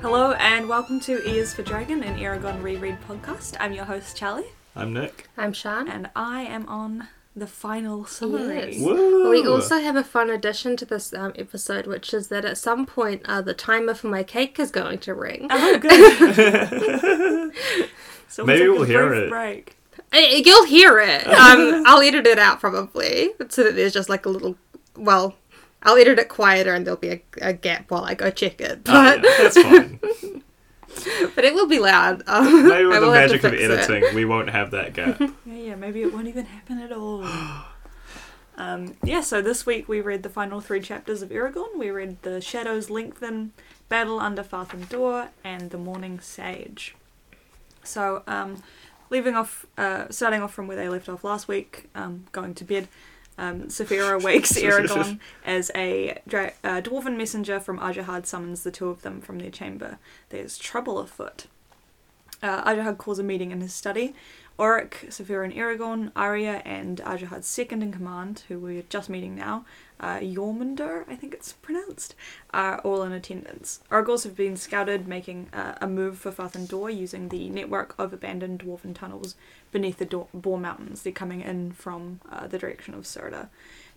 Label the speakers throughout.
Speaker 1: Hello and welcome to Ears for Dragon, an Aragon reread podcast. I'm your host Charlie,
Speaker 2: I'm Nick.
Speaker 3: I'm Sean.
Speaker 1: and I am on the final summary.
Speaker 3: Yes.
Speaker 2: Woo!
Speaker 3: We also have a fun addition to this um, episode, which is that at some point uh, the timer for my cake is going to ring.
Speaker 2: Uh,
Speaker 1: Oh, good. so
Speaker 2: Maybe
Speaker 1: took
Speaker 2: we'll
Speaker 1: a
Speaker 2: hear
Speaker 1: brief
Speaker 2: it.
Speaker 1: Break.
Speaker 3: I- you'll hear it. Um, I'll edit it out probably, so that there's just like a little. Well, I'll edit it quieter, and there'll be a, a gap while I go check it.
Speaker 2: Ah,
Speaker 3: But
Speaker 2: yeah, that's fine.
Speaker 3: but it will be loud. Um,
Speaker 2: Maybe
Speaker 3: I
Speaker 2: with the
Speaker 3: will have to
Speaker 2: magic of
Speaker 3: fix it.
Speaker 2: editing, we won't have that gap.
Speaker 1: Yeah, yeah. Maybe it won't even happen at all. Um, yeah. So this week we read the final three chapters of Aragon. We read the Shadows Lengthen, Battle Under Fathom Door, and the Morning Sage. So, um, leaving off, uh, starting off from where they left off last week, um, going to bed. Um, Saphira wakes Aragon as a dra- uh, dwarven messenger from Ajahad summons the two of them from their chamber. There's trouble afoot. Uh, Ajahad calls a meeting in his study. Auric, Saphira and Aragorn, Arya, and Ajahad's second in command, who we're just meeting now, uh, Jormungandr, I think it's pronounced, are all in attendance. Argos have been scouted, making uh, a move for Fathandor using the network of abandoned dwarven tunnels beneath the Dor- Boar Mountains. They're coming in from uh, the direction of Surda.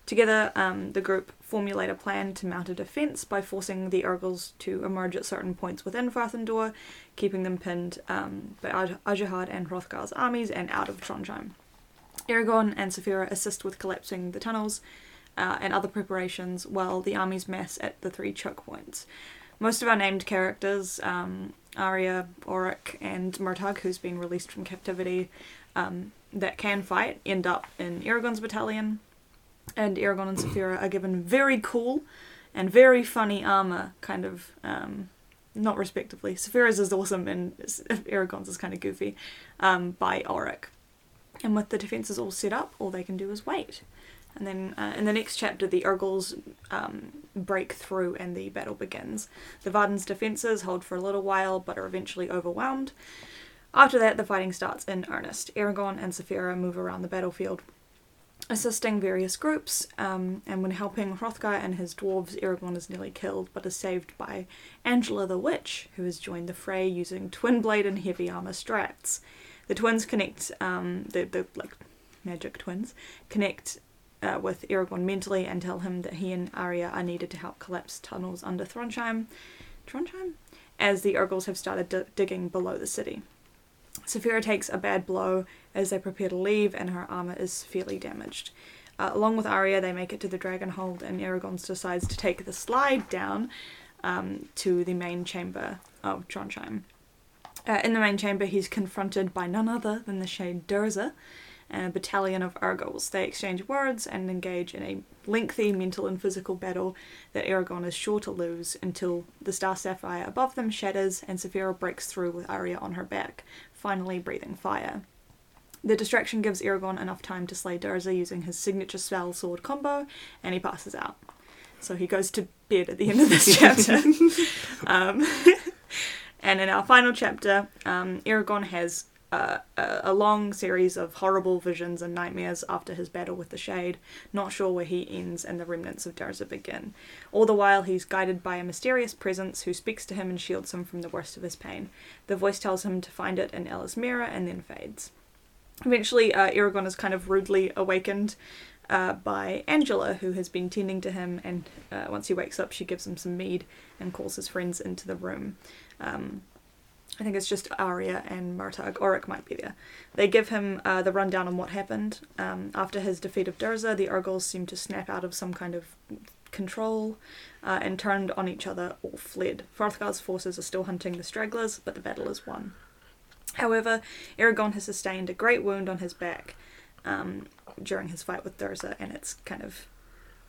Speaker 1: Together, um, the group formulate a plan to mount a defence by forcing the Urgles to emerge at certain points within Farthendor, keeping them pinned um, by Aj- Ajahad and Hrothgar's armies and out of Trondheim. Aragorn and Saphira assist with collapsing the tunnels uh, and other preparations while the armies mass at the three choke points. Most of our named characters, um, Arya, Auric, and Murtagh, who's been released from captivity, um, that can fight, end up in Aragorn's battalion and Aragon and Saphira are given very cool and very funny armor, kind of, um, not respectively. Saphira's is awesome and S- Aragon's is kind of goofy, um, by Auric. And with the defenses all set up, all they can do is wait. And then uh, in the next chapter, the Urgles um, break through and the battle begins. The Varden's defences hold for a little while but are eventually overwhelmed. After that, the fighting starts in earnest. Aragon and Saphira move around the battlefield, assisting various groups, um, and when helping Hrothgar and his dwarves, Aragorn is nearly killed but is saved by Angela the Witch, who has joined the fray using twin blade and heavy armor strats. The twins connect, um, the, the like magic twins, connect uh, with Aragorn mentally and tell him that he and Arya are needed to help collapse tunnels under Thronsheim, Trondheim, as the Urgles have started d- digging below the city. Saphira takes a bad blow as they prepare to leave, and her armor is severely damaged. Uh, along with Arya, they make it to the Dragon Hold, and Aragon decides to take the slide down um, to the main chamber of Trondheim. Uh, in the main chamber, he's confronted by none other than the Shade Durza and a battalion of Argos. They exchange words and engage in a lengthy mental and physical battle that Aragon is sure to lose until the Star Sapphire above them shatters and Saphira breaks through with Arya on her back, finally breathing fire. The distraction gives Aragorn enough time to slay Durza using his signature spell sword combo, and he passes out. So he goes to bed at the end of this chapter. um, and in our final chapter, um, Aragorn has uh, a, a long series of horrible visions and nightmares after his battle with the Shade, not sure where he ends and the remnants of Durza begin. All the while, he's guided by a mysterious presence who speaks to him and shields him from the worst of his pain. The voice tells him to find it in Elismira and then fades. Eventually, uh, Aragorn is kind of rudely awakened uh, by Angela, who has been tending to him, and uh, once he wakes up, she gives him some mead and calls his friends into the room. Um, I think it's just Arya and Murtagh. Auric might be there. They give him uh, the rundown on what happened. Um, after his defeat of Durza, the Argos seemed to snap out of some kind of control uh, and turned on each other or fled. Hrothgar's forces are still hunting the stragglers, but the battle is won. However, Aragorn has sustained a great wound on his back um, during his fight with Durza, and it's kind of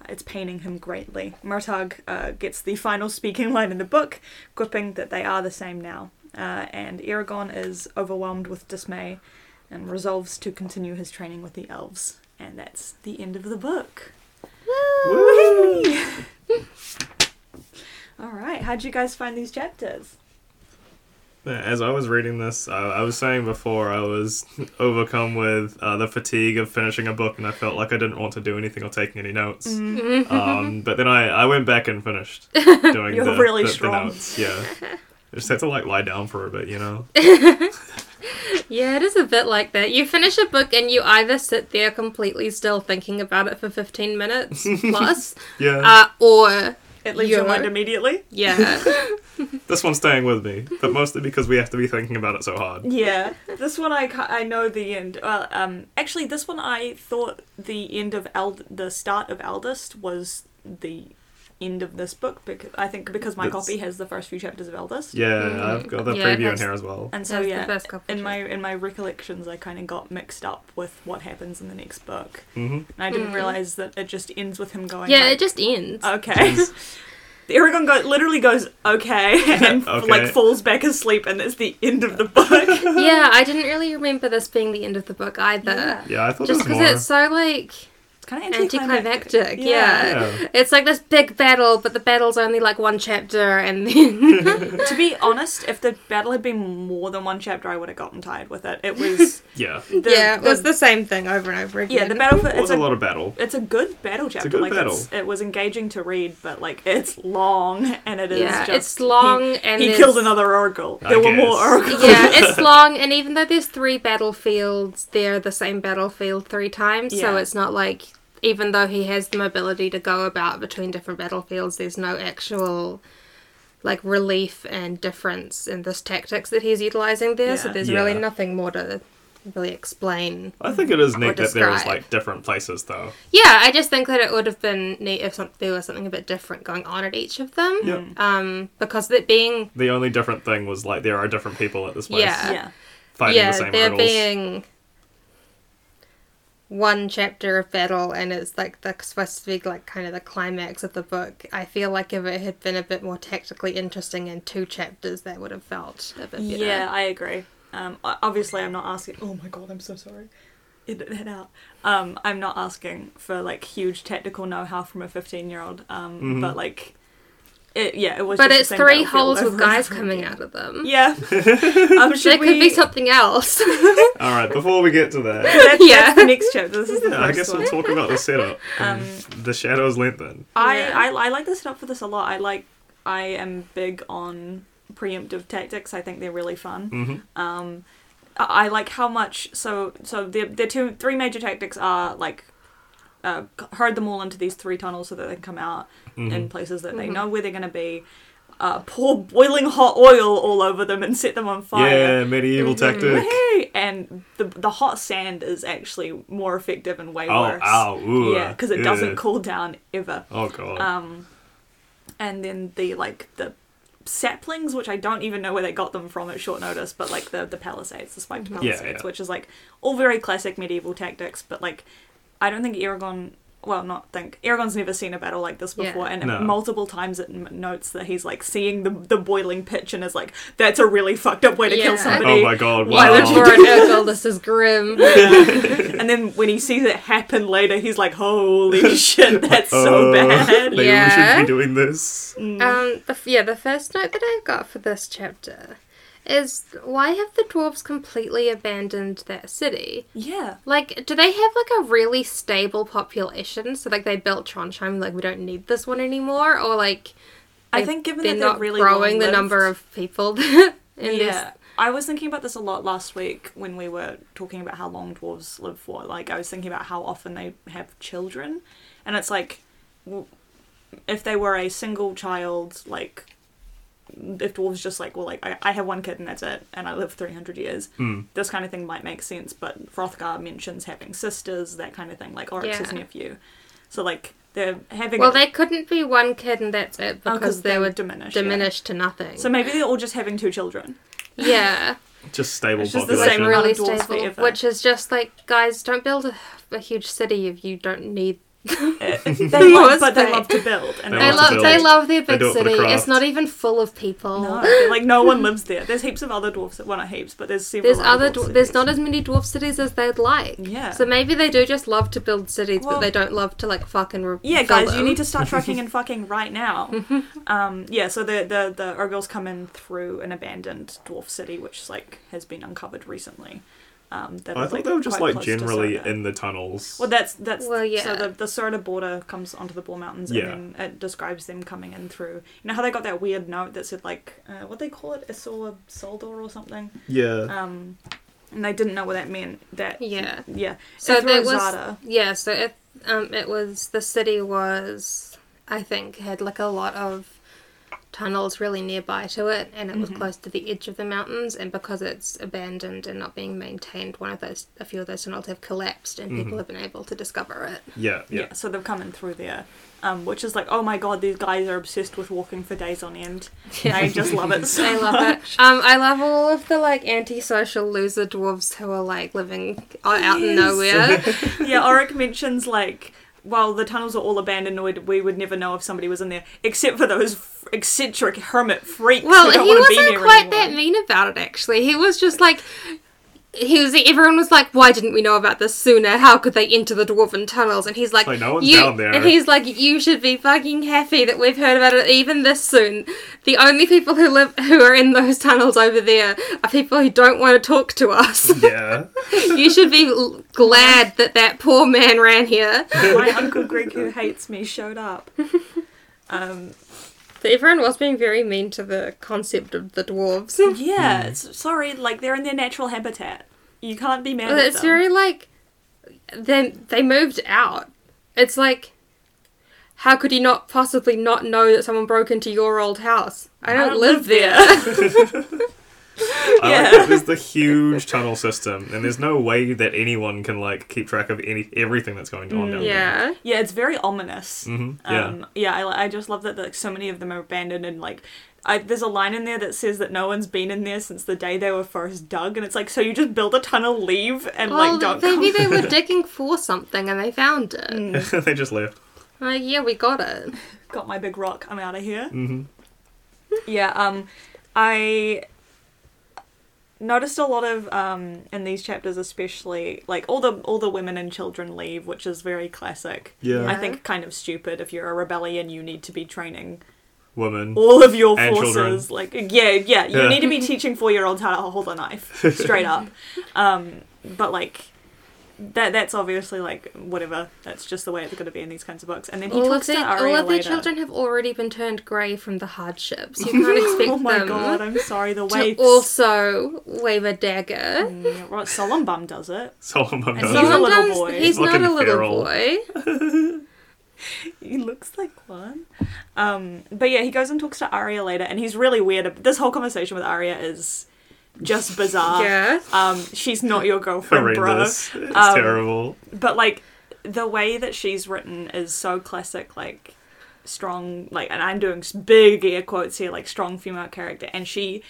Speaker 1: it's paining him greatly. Murtagh uh, gets the final speaking line in the book, quipping that they are the same now, uh, and Aragorn is overwhelmed with dismay and resolves to continue his training with the elves. And that's the end of the book.
Speaker 2: Woo!
Speaker 1: All right, how'd you guys find these chapters?
Speaker 2: As I was reading this, I, I was saying before I was overcome with uh, the fatigue of finishing a book, and I felt like I didn't want to do anything or taking any notes.
Speaker 3: Mm-hmm.
Speaker 2: Um, but then I, I went back and finished doing
Speaker 1: You're
Speaker 2: the,
Speaker 1: really
Speaker 2: the, the
Speaker 1: strong.
Speaker 2: notes. Yeah, just have to like lie down for a bit, you know.
Speaker 3: Yeah, it is a bit like that. You finish a book and you either sit there completely still thinking about it for 15 minutes plus,
Speaker 2: Yeah,
Speaker 3: uh, or.
Speaker 1: It leaves your
Speaker 3: you're-
Speaker 1: mind immediately.
Speaker 3: Yeah. Uh,
Speaker 2: this one's staying with me, but mostly because we have to be thinking about it so hard.
Speaker 1: Yeah, this one I, ca- I know the end. Well, um, actually, this one I thought the end of Eld- the start of Eldest was the end of this book because I think because my
Speaker 2: That's-
Speaker 1: copy has the first few chapters of Eldest,
Speaker 2: Yeah, I've got the
Speaker 3: Mm-hmm. Yeah,
Speaker 2: preview in
Speaker 3: that's-
Speaker 2: here as well.
Speaker 1: and
Speaker 3: so
Speaker 1: so
Speaker 3: yeah. The
Speaker 1: Oh, yeah,
Speaker 3: first couple
Speaker 1: in my
Speaker 3: chapters.
Speaker 1: in my recollections, I kind of got mixed up with what happens in the next book,
Speaker 2: hmm
Speaker 1: and I didn't
Speaker 3: Mm.
Speaker 1: realize that it just ends with him going.
Speaker 3: Yeah,
Speaker 1: like, uh,
Speaker 3: it just ends.
Speaker 1: Okay. Aragon go- literally goes okay and
Speaker 2: Okay.
Speaker 1: like falls back asleep, and it's the end of the book.
Speaker 3: yeah, I didn't really remember this being the end of the book either.
Speaker 2: Yeah, I thought
Speaker 3: Just
Speaker 2: it was
Speaker 3: because
Speaker 2: more.
Speaker 3: it's so like
Speaker 1: It's kind of
Speaker 3: anticlimactic.
Speaker 1: Yeah.
Speaker 3: Yeah.
Speaker 2: Yeah.
Speaker 3: It's like this big battle, but the battle's only like one chapter, and then
Speaker 1: to be honest, if the battle had been more than one chapter, I would have gotten tired with it. It was
Speaker 2: Yeah,
Speaker 1: the,
Speaker 3: yeah, it was
Speaker 1: the,
Speaker 3: the same thing over and over again.
Speaker 1: yeah the battle. For,
Speaker 2: it was
Speaker 1: it's
Speaker 2: a
Speaker 1: a,
Speaker 2: lot of battle.
Speaker 1: it's a good battle chapter.
Speaker 2: good
Speaker 1: like It's, it was engaging to read, but like it's long and it is
Speaker 3: Yeah,
Speaker 1: just
Speaker 3: it's long
Speaker 1: he,
Speaker 3: and
Speaker 1: he
Speaker 3: it's-
Speaker 1: killed another oracle.
Speaker 2: I
Speaker 1: There were more
Speaker 2: guess.
Speaker 1: oracles.
Speaker 3: yeah, it's long, and even though there's three battlefields, they're the same battlefield three times, so
Speaker 1: Yeah.
Speaker 3: it's not like even though he has the mobility to go about between different battlefields, there's no actual like relief and difference in this tactics that he's utilizing there. So
Speaker 1: Yeah.
Speaker 3: there's really
Speaker 2: Yeah.
Speaker 3: nothing more to really explain.
Speaker 2: I think it is neat that there is
Speaker 3: describe.
Speaker 2: like different places though.
Speaker 3: Yeah, I just think that it would have been neat if some- there was something a bit different going on at each of them.
Speaker 2: Yep.
Speaker 3: Um, because it being
Speaker 2: The only different thing was like there are different people at this place
Speaker 3: Yeah.
Speaker 1: yeah.
Speaker 2: fighting
Speaker 3: yeah,
Speaker 2: the same
Speaker 3: there
Speaker 2: hurdles.
Speaker 3: being one chapter of battle, and it's like the supposed to be like kind of the climax of the book. I feel like if it had been a bit more tactically interesting in two chapters, that would have felt a bit better.
Speaker 1: Yeah, I agree. Um, o- obviously, I'm not asking. Oh my god, I'm so sorry. Edit that out. Um, I'm not asking for like huge technical know-how from a 15-year-old. Um,
Speaker 2: Mhm.
Speaker 1: but like, it, yeah, it was.
Speaker 3: but
Speaker 1: just the
Speaker 3: it's
Speaker 1: same
Speaker 3: three
Speaker 1: battlefield
Speaker 3: holes
Speaker 1: over
Speaker 3: with
Speaker 1: and
Speaker 3: guys
Speaker 1: over
Speaker 3: coming
Speaker 1: again.
Speaker 3: out of them.
Speaker 1: Yeah. um, should
Speaker 3: There could
Speaker 1: we-
Speaker 3: be something else.
Speaker 2: All right, before we get to that,
Speaker 1: That's,
Speaker 3: Yeah.
Speaker 1: that's the next chapter. This is the
Speaker 2: yeah, I
Speaker 1: first
Speaker 2: guess
Speaker 1: one.
Speaker 2: we'll talk about the setup.
Speaker 1: Um,
Speaker 2: the shadows lengthen.
Speaker 1: I,
Speaker 3: Yeah.
Speaker 1: I I like the setup for this a lot. I like. I am big on preemptive tactics. I think they're really fun.
Speaker 2: Mm-hmm.
Speaker 1: um I I like how much so so the the two three major tactics are like uh, c- herd them all into these three tunnels so that they can come out
Speaker 2: Mm-hmm.
Speaker 1: in places that they know where they're going to be. Uh, pour boiling hot oil all over them and set them on fire. Mm-hmm.
Speaker 2: Yeah, medieval tactic.
Speaker 1: Woohoo! And the the hot sand is actually more effective and way
Speaker 2: Oh,
Speaker 1: worse.
Speaker 2: ow, ooh,
Speaker 1: yeah, because it
Speaker 2: ew.
Speaker 1: doesn't cool down ever.
Speaker 2: Oh god.
Speaker 1: Um, and then the like the saplings, which I don't even know where they got them from at short notice, but like the the palisades, the spiked
Speaker 3: Mm-hmm.
Speaker 2: Yeah,
Speaker 1: palisades,
Speaker 2: yeah.
Speaker 1: which is like all very classic medieval tactics. But like, I don't think Aragon. Well, not think Aragon's never seen a battle like this
Speaker 3: Yeah.
Speaker 1: before, and
Speaker 2: No.
Speaker 1: multiple times it m- notes that he's like seeing the the boiling pitch and is like, "That's a really fucked up way to
Speaker 3: Yeah.
Speaker 1: kill somebody."
Speaker 2: oh my god.
Speaker 1: why
Speaker 2: Wow.
Speaker 1: would
Speaker 3: Why
Speaker 1: you
Speaker 3: for an Urkel, this is grim.
Speaker 1: and then when he sees it happen later, he's like, "Holy shit, that's so
Speaker 2: Uh,
Speaker 1: bad."
Speaker 2: Maybe we
Speaker 3: Yeah.
Speaker 2: should be doing this.
Speaker 1: Mm.
Speaker 3: Um, the, f- yeah, the first note that I've got for this chapter is why have the dwarves completely abandoned that city?
Speaker 1: Yeah.
Speaker 3: Like, do they have like a really stable population? So like they built Trondheim, like we don't need this one anymore, or like
Speaker 1: I
Speaker 3: they-
Speaker 1: think given
Speaker 3: they're
Speaker 1: that they're
Speaker 3: not
Speaker 1: really
Speaker 3: growing the
Speaker 1: long-lived-
Speaker 3: number of people in
Speaker 1: yeah.
Speaker 3: this.
Speaker 1: I was thinking about this a lot last week when we were talking about how long dwarves live for. Like, I was thinking about how often they have children, and it's like, w- if they were a single child, like, if dwarves just like, well, like, I, I have one kid and that's it, and I live 300 years,
Speaker 2: Hmm.
Speaker 1: this kind of thing might make sense, but Hrothgar mentions having sisters, that kind of thing, like Oryx's
Speaker 3: Yeah.
Speaker 1: nephew. So, like, they're having.
Speaker 3: Well, they couldn't be one kid and that's it
Speaker 1: Oh,
Speaker 3: because they,
Speaker 1: would
Speaker 3: were
Speaker 1: diminish. yeah.
Speaker 3: diminished to nothing.
Speaker 1: So maybe they're all just having two children.
Speaker 3: yeah.
Speaker 2: Just stable
Speaker 1: It's just the
Speaker 2: population.
Speaker 1: same
Speaker 3: like
Speaker 1: amount
Speaker 3: really
Speaker 1: of dwarves
Speaker 3: stable,
Speaker 1: forever.
Speaker 3: which is just like guys, don't build a, a huge city if you don't need.
Speaker 1: they love,
Speaker 3: Most
Speaker 1: but they
Speaker 3: day.
Speaker 1: love to build. And
Speaker 2: They
Speaker 3: They
Speaker 2: love to
Speaker 3: love,
Speaker 2: build.
Speaker 3: they love their
Speaker 2: They
Speaker 3: big
Speaker 2: do it for the
Speaker 3: city. It's
Speaker 2: craft.
Speaker 3: not even full of people.
Speaker 1: No, like no one lives there. There's heaps of other dwarfs. Well, not heaps, but there's several.
Speaker 3: There's other
Speaker 1: dwarf
Speaker 3: dwar- there's
Speaker 1: cities.
Speaker 3: not as many dwarf cities as they'd like.
Speaker 1: Yeah.
Speaker 3: So maybe they do just love to build cities,
Speaker 1: Well-
Speaker 3: but they don't love to like fucking. Re-
Speaker 1: Yeah,
Speaker 3: fill
Speaker 1: guys, you
Speaker 3: them.
Speaker 1: need to start trucking and fucking right now. um, yeah, so the the the Urgles come in through an abandoned dwarf city, which like has been uncovered recently. Um, that
Speaker 2: I
Speaker 1: are,
Speaker 2: thought they were just
Speaker 1: quite close
Speaker 2: like
Speaker 1: to
Speaker 2: generally
Speaker 1: Sarna.
Speaker 2: in the tunnels.
Speaker 1: Well, that's that's
Speaker 3: Well, yeah.
Speaker 1: so the the Sorda border comes onto the Boar Mountains,
Speaker 2: Yeah.
Speaker 1: and then it describes them coming in through. You know how they got that weird note that said like uh, what they call it, Isor Soldor or something.
Speaker 2: yeah.
Speaker 1: Um, and they didn't know what that meant. That
Speaker 3: Yeah.
Speaker 1: yeah.
Speaker 3: So
Speaker 1: Ithra
Speaker 3: that was
Speaker 1: Zada.
Speaker 3: yeah. So it um it was the city was I think had like a lot of tunnels really nearby to it, and it was
Speaker 1: Mm-hmm.
Speaker 3: close to the edge of the mountains. And because it's abandoned and not being maintained, one of those a few of those tunnels have collapsed, and
Speaker 1: Mm-hmm.
Speaker 3: people have been able to discover it.
Speaker 2: yeah,
Speaker 1: Yeah.
Speaker 2: yeah,
Speaker 1: so they've come in through there, um, which is like, oh my god, these guys are obsessed with walking for days on end. I just love it so
Speaker 3: I love it. Um, I love all of the like antisocial loser dwarves who are like living out out in
Speaker 1: Yes.
Speaker 3: nowhere.
Speaker 1: yeah, Oric mentions like while the tunnels are all abandoned, we'd- we would never know if somebody was in there, except for those f- eccentric hermit freaks.
Speaker 3: Well,
Speaker 1: who don't
Speaker 3: he
Speaker 1: wanna be
Speaker 3: wasn't
Speaker 1: there
Speaker 3: quite
Speaker 1: anymore.
Speaker 3: that mean about it, actually. He was just like, he was. Everyone was like, "Why didn't we know about this sooner? How could they enter the dwarven tunnels?" And he's like,
Speaker 2: Like, no one's
Speaker 3: you,
Speaker 2: down there.
Speaker 3: And he's like, "You should be fucking happy that we've heard about it even this soon. The only people who live who are in those tunnels over there are people who don't want to talk to us.
Speaker 2: yeah.
Speaker 3: you should be l- glad that that poor man ran here."
Speaker 1: My uncle Greg, who hates me, showed up. Um,
Speaker 3: So everyone was being very mean to the concept of the dwarves.
Speaker 1: yeah, s- sorry, like they're in their natural habitat. You can't be mad
Speaker 3: Well,
Speaker 1: at
Speaker 3: it's
Speaker 1: them.
Speaker 3: very like they they moved out. It's like how could you not possibly not know that someone broke into your old house? I don't, live, there.
Speaker 2: I
Speaker 1: Yeah.
Speaker 2: like that there's the huge tunnel system, and there's no way that anyone can like keep track of any everything that's going on down there.
Speaker 3: yeah.
Speaker 1: yeah, it's very ominous.
Speaker 2: Mhm, yeah.
Speaker 1: Um, yeah, I, li- I just love that like so many of them are abandoned and like. I, there's a line in there that says that no one's been in there since the day they were first dug, and it's like, so you just build a tunnel, leave, and
Speaker 3: Well,
Speaker 1: like don't come
Speaker 3: maybe Oh, they were digging for something and they found it.
Speaker 1: Mm,
Speaker 2: they just left.
Speaker 3: Like, yeah, we got it.
Speaker 1: got my big rock. I'm out of here. Mm-hmm. yeah. Um, I noticed a lot of um in these chapters, especially like all the all the women and children leave, which is very classic.
Speaker 2: Yeah.
Speaker 1: I think kind of stupid. If you're a rebellion, you need to be training
Speaker 2: Woman.
Speaker 1: all of your
Speaker 2: And
Speaker 1: forces. Like, yeah, yeah, you
Speaker 2: Yeah.
Speaker 1: need to be teaching four year olds how to hold a knife straight up. Um, but like. That, that's obviously like whatever. That's just the way it's going to be in these kinds of books. And then he
Speaker 3: All of,
Speaker 1: talks
Speaker 3: their,
Speaker 1: to Arya
Speaker 3: all of their
Speaker 1: later.
Speaker 3: children have already been turned grey from the hardships. You can't expect
Speaker 1: Oh my
Speaker 3: them
Speaker 1: god, I'm sorry, the
Speaker 3: to
Speaker 1: waifs.
Speaker 3: also wave a dagger.
Speaker 1: Mm, right, Solombum does it.
Speaker 2: Solomon Bum
Speaker 1: And
Speaker 2: does
Speaker 1: he's
Speaker 2: it.
Speaker 1: a little
Speaker 3: Sometimes
Speaker 1: boy.
Speaker 3: He's not
Speaker 2: Fucking
Speaker 3: a
Speaker 2: feral.
Speaker 3: little boy.
Speaker 1: He looks like one. Um, but yeah, he goes and talks to Arya later, and he's really weird. ab- This whole conversation with Arya is just bizarre.
Speaker 3: Yeah.
Speaker 1: Um, she's not your girlfriend, bro.
Speaker 2: horrendous. It's
Speaker 1: Um,
Speaker 2: terrible.
Speaker 1: But like, the way that she's written is so classic, like strong, like, and I'm doing s- big air quotes here, like strong female character, and she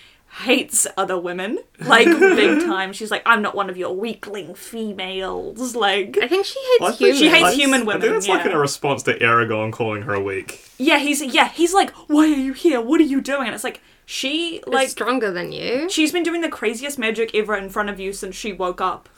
Speaker 1: hates other women like big time. She's like, I'm not one of your weakling females, like.
Speaker 3: I think she
Speaker 2: I
Speaker 3: hates
Speaker 2: think
Speaker 3: humans.
Speaker 1: She hates
Speaker 2: that's-
Speaker 1: human
Speaker 2: I
Speaker 1: women,
Speaker 2: think that's like
Speaker 1: yeah.
Speaker 2: in a response to Aragorn calling her weak.
Speaker 1: Yeah, he's yeah, he's like, why are you here? What are you doing? And it's like she
Speaker 3: like
Speaker 1: like
Speaker 3: stronger than you.
Speaker 1: she's been doing the craziest magic ever in front of you since she woke up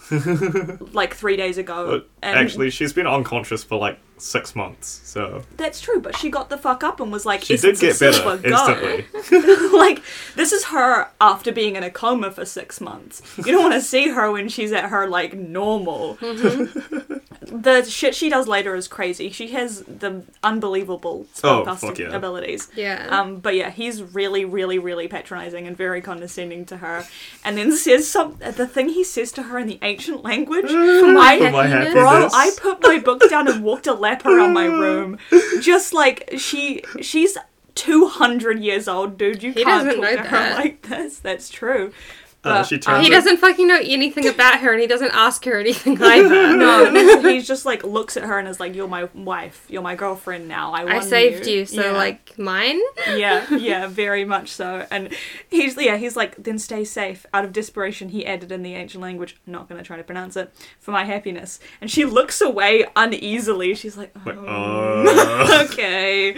Speaker 1: like three days ago.
Speaker 2: But actually, she's been unconscious for like six months, so
Speaker 1: that's true. But she got the fuck up and was like,
Speaker 2: she did get
Speaker 1: "Essence of
Speaker 2: better
Speaker 1: Silver, go."
Speaker 2: instantly.
Speaker 1: like this is her after being in a coma for six months. You don't want to see her when she's at her like normal.
Speaker 2: Mm-hmm.
Speaker 1: the shit she does later is crazy. She has the unbelievable
Speaker 2: Oh,
Speaker 1: spellcasting
Speaker 2: fuck yeah.
Speaker 1: abilities.
Speaker 3: Yeah.
Speaker 1: Um, but yeah, he's really, really, really patronizing and very condescending to her. And then says some the thing he says to her in the ancient language. I,
Speaker 2: For my
Speaker 3: happiness.
Speaker 2: happiness.
Speaker 1: Bro, I put my book down and walked a lap around my room. Just like she, she's two hundred years old, dude. You
Speaker 3: He
Speaker 1: can't
Speaker 3: doesn't
Speaker 1: talk
Speaker 3: know
Speaker 1: to her
Speaker 3: that. Oh,
Speaker 1: like this. That's true.
Speaker 2: Uh,
Speaker 1: But,
Speaker 2: she
Speaker 1: um,
Speaker 2: turns
Speaker 3: he
Speaker 2: it-
Speaker 3: doesn't fucking know anything about her, and he doesn't ask her anything either.
Speaker 1: no, he's just like looks at her and is like, "You're my wife. You're my girlfriend now. I,
Speaker 3: I
Speaker 1: won
Speaker 3: saved you, so
Speaker 1: Yeah.
Speaker 3: like mine.
Speaker 1: yeah, yeah, very much so. And he's yeah, he's like, then stay safe. Out of desperation, he added in the ancient language, I'm not gonna try to pronounce it, for my happiness. And she looks away uneasily. She's like,
Speaker 2: Like,
Speaker 1: "Oh,
Speaker 2: uh.
Speaker 1: okay,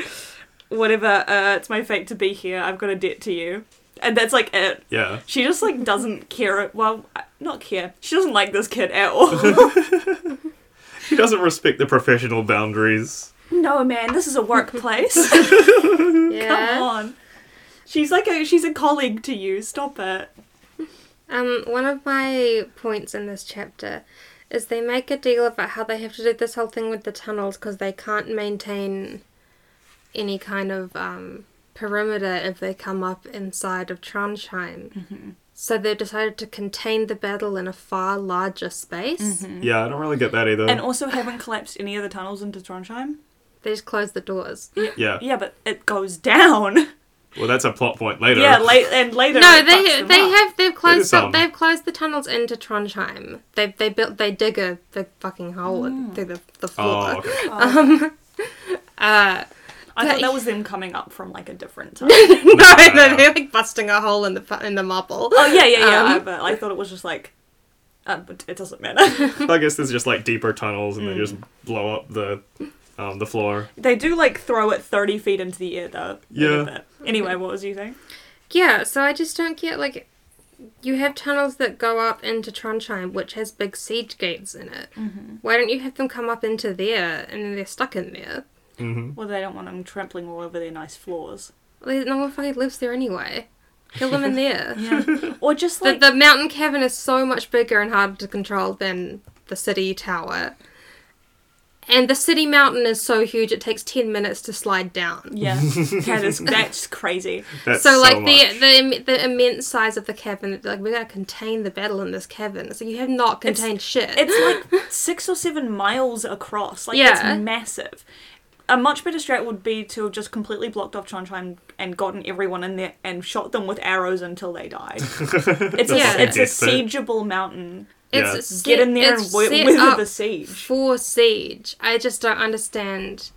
Speaker 1: whatever. Uh, it's my fate to be here. I've got a debt to you, and that's like it.
Speaker 2: Yeah.
Speaker 1: She just like doesn't care. Well, not care. She doesn't like this kid at all.
Speaker 2: He doesn't respect the professional boundaries.
Speaker 1: no, man, this is a workplace. Come
Speaker 3: Yeah.
Speaker 1: on. She's like a she's a colleague to you. Stop it.
Speaker 3: Um, one of my points in this chapter is they make a deal about how they have to do this whole thing with the tunnels because they can't maintain any kind of um, perimeter if they come up inside of Trondheim.
Speaker 1: Mm-hmm.
Speaker 3: So they've decided to contain the battle in a far larger space.
Speaker 1: Mm-hmm.
Speaker 2: Yeah, I don't really get that either.
Speaker 1: Mm. And also haven't collapsed any of the tunnels into Trondheim.
Speaker 3: They just close the doors.
Speaker 2: yeah.
Speaker 1: Yeah, but it goes down.
Speaker 2: Well, that's a plot point later.
Speaker 1: yeah, late and later.
Speaker 3: No,
Speaker 1: it fucks
Speaker 3: they
Speaker 1: them
Speaker 3: they
Speaker 1: up.
Speaker 3: have they've closed
Speaker 2: some.
Speaker 3: up, they've closed the tunnels into Trondheim. They they built they dig a big fucking hole in through the, the floor.
Speaker 2: Oh, okay.
Speaker 3: Uh,
Speaker 1: I thought
Speaker 3: they-
Speaker 1: that was them coming up from like a different time.
Speaker 3: no, no,
Speaker 2: no.
Speaker 3: they're like busting a hole in the fu- in the marble.
Speaker 1: oh yeah, yeah, yeah.
Speaker 3: Um,
Speaker 1: I, but I thought it was just like, uh, but it doesn't matter.
Speaker 2: I guess there's just like deeper tunnels, and they just blow up the, um, the floor.
Speaker 1: they do like throw it thirty feet into the air though.
Speaker 2: Yeah.
Speaker 1: But Anyway, what was you saying?
Speaker 3: Yeah, so I just don't get like you have tunnels that go up into Trondheim, which has big siege gates in it. Why don't you have them come up into there and then they're stuck in there?
Speaker 2: hmm
Speaker 1: Well, they don't want them trampling all over their nice floors.
Speaker 3: Like, No one fucking lives there anyway. Kill them in there.
Speaker 1: Yeah. or just
Speaker 3: the,
Speaker 1: like
Speaker 3: the mountain cavern is so much bigger and harder to control than the city tower. And the city mountain is so huge it takes 10 minutes to slide down.
Speaker 1: yeah, that is that's crazy.
Speaker 2: That's
Speaker 3: so like the,
Speaker 2: much.
Speaker 3: the im- the immense size of the cavern, like we're gonna contain the battle in this cavern. So you have not
Speaker 1: It's-
Speaker 3: contained shit.
Speaker 1: It's like six or seven miles across. Like
Speaker 3: Yeah.
Speaker 1: it's massive. A much better strat would be to have just completely blocked off Trondheim and gotten everyone in there and shot them with arrows until they died. it's
Speaker 3: Yeah.
Speaker 1: a, it's a
Speaker 2: Yes, but-
Speaker 1: siegeable mountain.
Speaker 2: Yeah.
Speaker 3: It's set,
Speaker 1: Get in there
Speaker 3: it's
Speaker 1: and we-
Speaker 3: set
Speaker 1: weather
Speaker 3: up
Speaker 1: the siege.
Speaker 3: for siege. I just don't understand.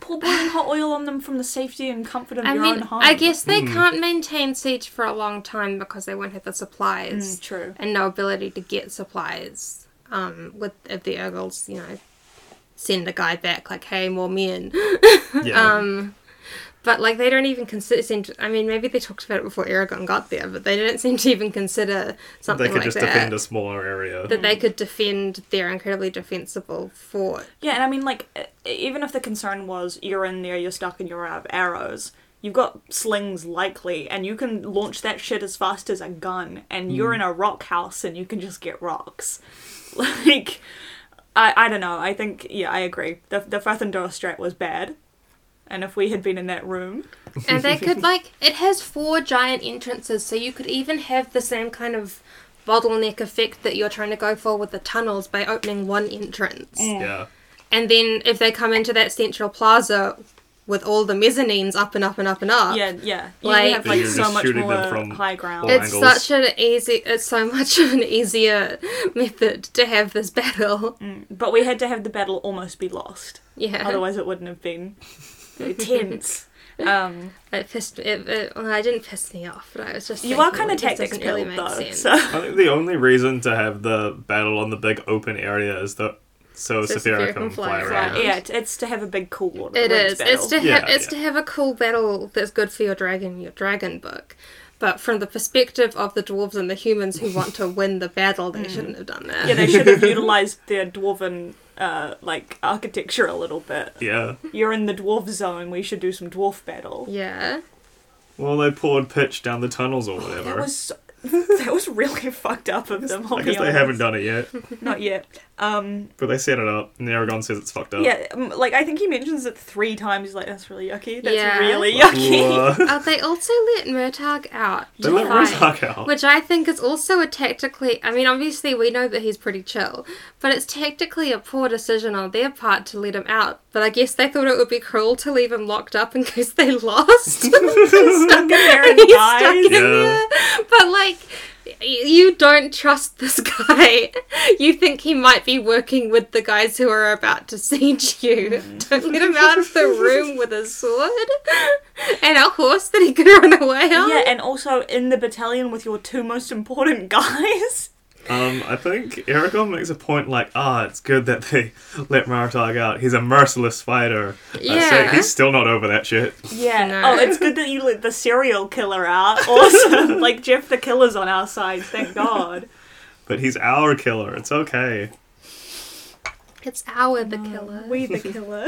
Speaker 1: Pour boiling hot oil on them from the safety and comfort of
Speaker 3: I
Speaker 1: your own
Speaker 3: mean,
Speaker 1: home.
Speaker 3: I guess they
Speaker 2: Hmm.
Speaker 3: can't maintain siege for a long time because they won't have the supplies
Speaker 1: Mm, true.
Speaker 3: and no ability to get supplies. Um, with if the Urgles, you know, send a guy back like, "Hey, more men."
Speaker 2: yeah.
Speaker 3: Um, but like they don't even consider. Seem to, I mean, maybe they talked about it before Aragon got there, but they didn't seem to even consider something
Speaker 2: they could
Speaker 3: like
Speaker 2: just
Speaker 3: that.
Speaker 2: defend a smaller area.
Speaker 3: that they could defend their incredibly defensible fort.
Speaker 1: Yeah, and I mean, like, e- even if the concern was you're in there, you're stuck, and you're out of arrows, you've got slings likely, and you can launch that shit as fast as a gun,
Speaker 2: Hmm.
Speaker 1: and you're in a rock house, and you can just get rocks. Like, I, I don't know. I think, yeah, I agree. The, the Fathendor strat was bad. And if we had been in that room,
Speaker 3: and they could like it has four giant entrances so you could even have the same kind of bottleneck effect that you're trying to go for with the tunnels by opening one entrance
Speaker 2: yeah.
Speaker 3: and then if they come into that central plaza with all the mezzanines up and up and up and up
Speaker 1: yeah, yeah, you
Speaker 3: Like-
Speaker 1: have
Speaker 3: Then
Speaker 1: like
Speaker 2: you're
Speaker 1: so
Speaker 2: just
Speaker 1: much
Speaker 2: shooting
Speaker 1: more
Speaker 2: them from
Speaker 1: high ground.
Speaker 2: all
Speaker 3: it's
Speaker 2: angles.
Speaker 3: such an easy it's so much of an easier method to have this battle
Speaker 1: But we had to have the battle almost be lost,
Speaker 3: yeah
Speaker 1: otherwise it wouldn't have been tense. Um,
Speaker 3: it pissed it, it, well, i didn't piss me off but i was just
Speaker 1: You are
Speaker 3: thinking,
Speaker 1: kind of
Speaker 3: well, this
Speaker 1: tactics
Speaker 3: doesn't really
Speaker 1: built
Speaker 3: make
Speaker 1: though,
Speaker 3: sense.
Speaker 1: so
Speaker 2: I think the only reason to have the battle on the big open area is that so,
Speaker 3: So
Speaker 2: Saphira,
Speaker 3: Saphira
Speaker 2: can, fly around.
Speaker 3: around.
Speaker 1: yeah, it's, it's to have a big cool water.
Speaker 3: It
Speaker 1: ridge
Speaker 3: is. It's
Speaker 1: battle.
Speaker 3: to have.
Speaker 2: Yeah,
Speaker 3: it's
Speaker 2: yeah.
Speaker 3: to have a cool battle that's good for your dragon, your dragon book. But from the perspective of the dwarves and the humans who want to win the battle, they shouldn't have done that.
Speaker 1: Mm. yeah, they should have utilized their dwarven uh, like architecture a little bit.
Speaker 2: Yeah.
Speaker 1: You're in the dwarf zone. We should do some dwarf battle.
Speaker 3: yeah.
Speaker 2: Well, they poured pitch down the tunnels or whatever.
Speaker 1: That was so, that was really fucked up of them. I'll
Speaker 2: I
Speaker 1: be
Speaker 2: guess they
Speaker 1: honest.
Speaker 2: haven't done it yet,
Speaker 1: Not yet. Um,
Speaker 2: but they set it up, and Aragon says it's fucked up.
Speaker 1: yeah, um, like I think he mentions it three times. He's like, "That's really yucky. That's
Speaker 3: Yeah.
Speaker 1: really
Speaker 2: Like,
Speaker 1: yucky."
Speaker 2: whoa.
Speaker 3: Uh, they also let Murtagh out.
Speaker 2: they
Speaker 3: to
Speaker 2: let
Speaker 3: fight,
Speaker 2: Rosak out.
Speaker 3: Which I think is also a tactically. I mean, obviously we know that he's pretty chill, but it's tactically a poor decision on their part to let him out. But I guess they thought it would be cruel to leave him locked up in case they lost.
Speaker 1: Stuck in there and
Speaker 3: He's stuck
Speaker 1: dies.
Speaker 3: in
Speaker 2: Yeah.
Speaker 3: there. But like, y- you don't trust this guy. You think he might be working with the guys who are about to siege you.
Speaker 1: Mm.
Speaker 3: Don't let him out of the room with a sword and a horse that he could run away on.
Speaker 1: Yeah, and also in the battalion with your two most important guys.
Speaker 2: Um, I think Aragon makes a point like, ah, it's good that they let Martag out. He's a merciless fighter. I say
Speaker 3: Yeah.
Speaker 2: he's still not over that shit.
Speaker 1: Yeah.
Speaker 3: No.
Speaker 1: Oh, it's good that you let the serial killer out. Awesome. like Jeff the Killer's on our side. Thank God.
Speaker 2: But he's our killer. It's okay.
Speaker 3: It's our the
Speaker 1: Mm.
Speaker 3: killer.
Speaker 1: We the killer.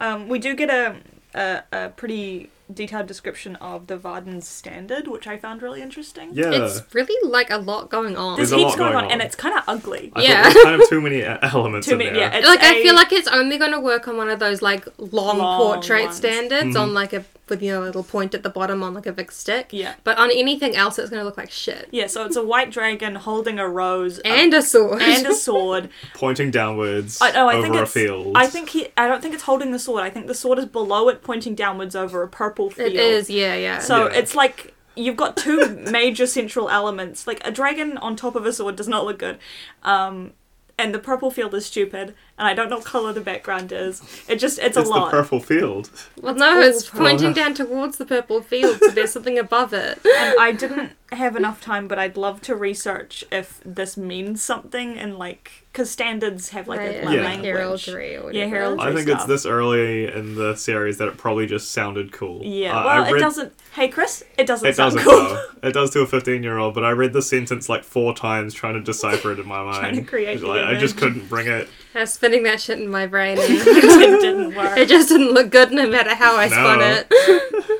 Speaker 1: um, we do get a, a a pretty detailed description of the Varden's standard, which I found really interesting.
Speaker 2: Yeah.
Speaker 3: It's really like a lot going on.
Speaker 1: There's,
Speaker 2: There's a
Speaker 1: heaps
Speaker 2: lot
Speaker 1: going,
Speaker 2: going
Speaker 1: on, and
Speaker 2: on.
Speaker 1: it's kind of ugly.
Speaker 2: I
Speaker 3: Yeah.
Speaker 2: thought there was kind of too many e- elements
Speaker 1: Too
Speaker 2: in
Speaker 1: many-
Speaker 2: there.
Speaker 1: yeah, it-
Speaker 3: like I
Speaker 1: a-
Speaker 3: feel like it's only going to work on one of those like long,
Speaker 1: Long
Speaker 3: portrait
Speaker 1: ones.
Speaker 3: standards
Speaker 2: Mm-hmm.
Speaker 3: on like a with you know a little point at the bottom on like a big stick.
Speaker 1: Yeah.
Speaker 3: But on anything else, it's going to look like shit.
Speaker 1: Yeah, so it's a white dragon holding a rose a-
Speaker 3: And a sword.
Speaker 1: and a sword.
Speaker 2: Pointing downwards
Speaker 1: I, no, I
Speaker 2: over
Speaker 1: think
Speaker 2: a
Speaker 1: it's,
Speaker 2: field.
Speaker 1: I think he. I don't think it's holding the sword. I think the sword is below it, pointing downwards over a purple field.
Speaker 3: it is. Yeah. Yeah.
Speaker 1: So
Speaker 2: Yeah.
Speaker 1: it's like you've got two major central elements. Like a dragon on top of a sword does not look good. Um, and the purple field is stupid, and I don't know what color the background is. It just it's,
Speaker 2: it's
Speaker 1: a
Speaker 2: the
Speaker 1: lot.
Speaker 2: purple field.
Speaker 3: well, no, it's
Speaker 1: awful.
Speaker 3: pointing down towards the purple field, so there's something above it.
Speaker 1: and I didn't have enough time, but I'd love to research if this means something and like because standards have like
Speaker 3: Right,
Speaker 1: a
Speaker 3: and,
Speaker 2: Yeah.
Speaker 1: language.
Speaker 3: heraldry or
Speaker 1: Yeah,
Speaker 3: whatever.
Speaker 1: heraldry.
Speaker 2: I think it's
Speaker 1: stuff.
Speaker 2: this early in the series that it probably just sounded cool.
Speaker 1: Yeah,
Speaker 2: I- I
Speaker 1: well, it
Speaker 2: read-
Speaker 1: doesn't. Hey, Chris, it doesn't
Speaker 2: It
Speaker 1: sound
Speaker 2: doesn't
Speaker 1: cool.
Speaker 2: though. It does to a fifteen-year-old, but I read the sentence like four times trying to decipher it in my mind.
Speaker 1: Trying to create the
Speaker 2: Like, I just
Speaker 1: image.
Speaker 2: couldn't bring it.
Speaker 3: I was spinning that shit in my brain. and
Speaker 1: it didn't work.
Speaker 3: it just didn't look good no matter how I spun
Speaker 2: No.
Speaker 3: it.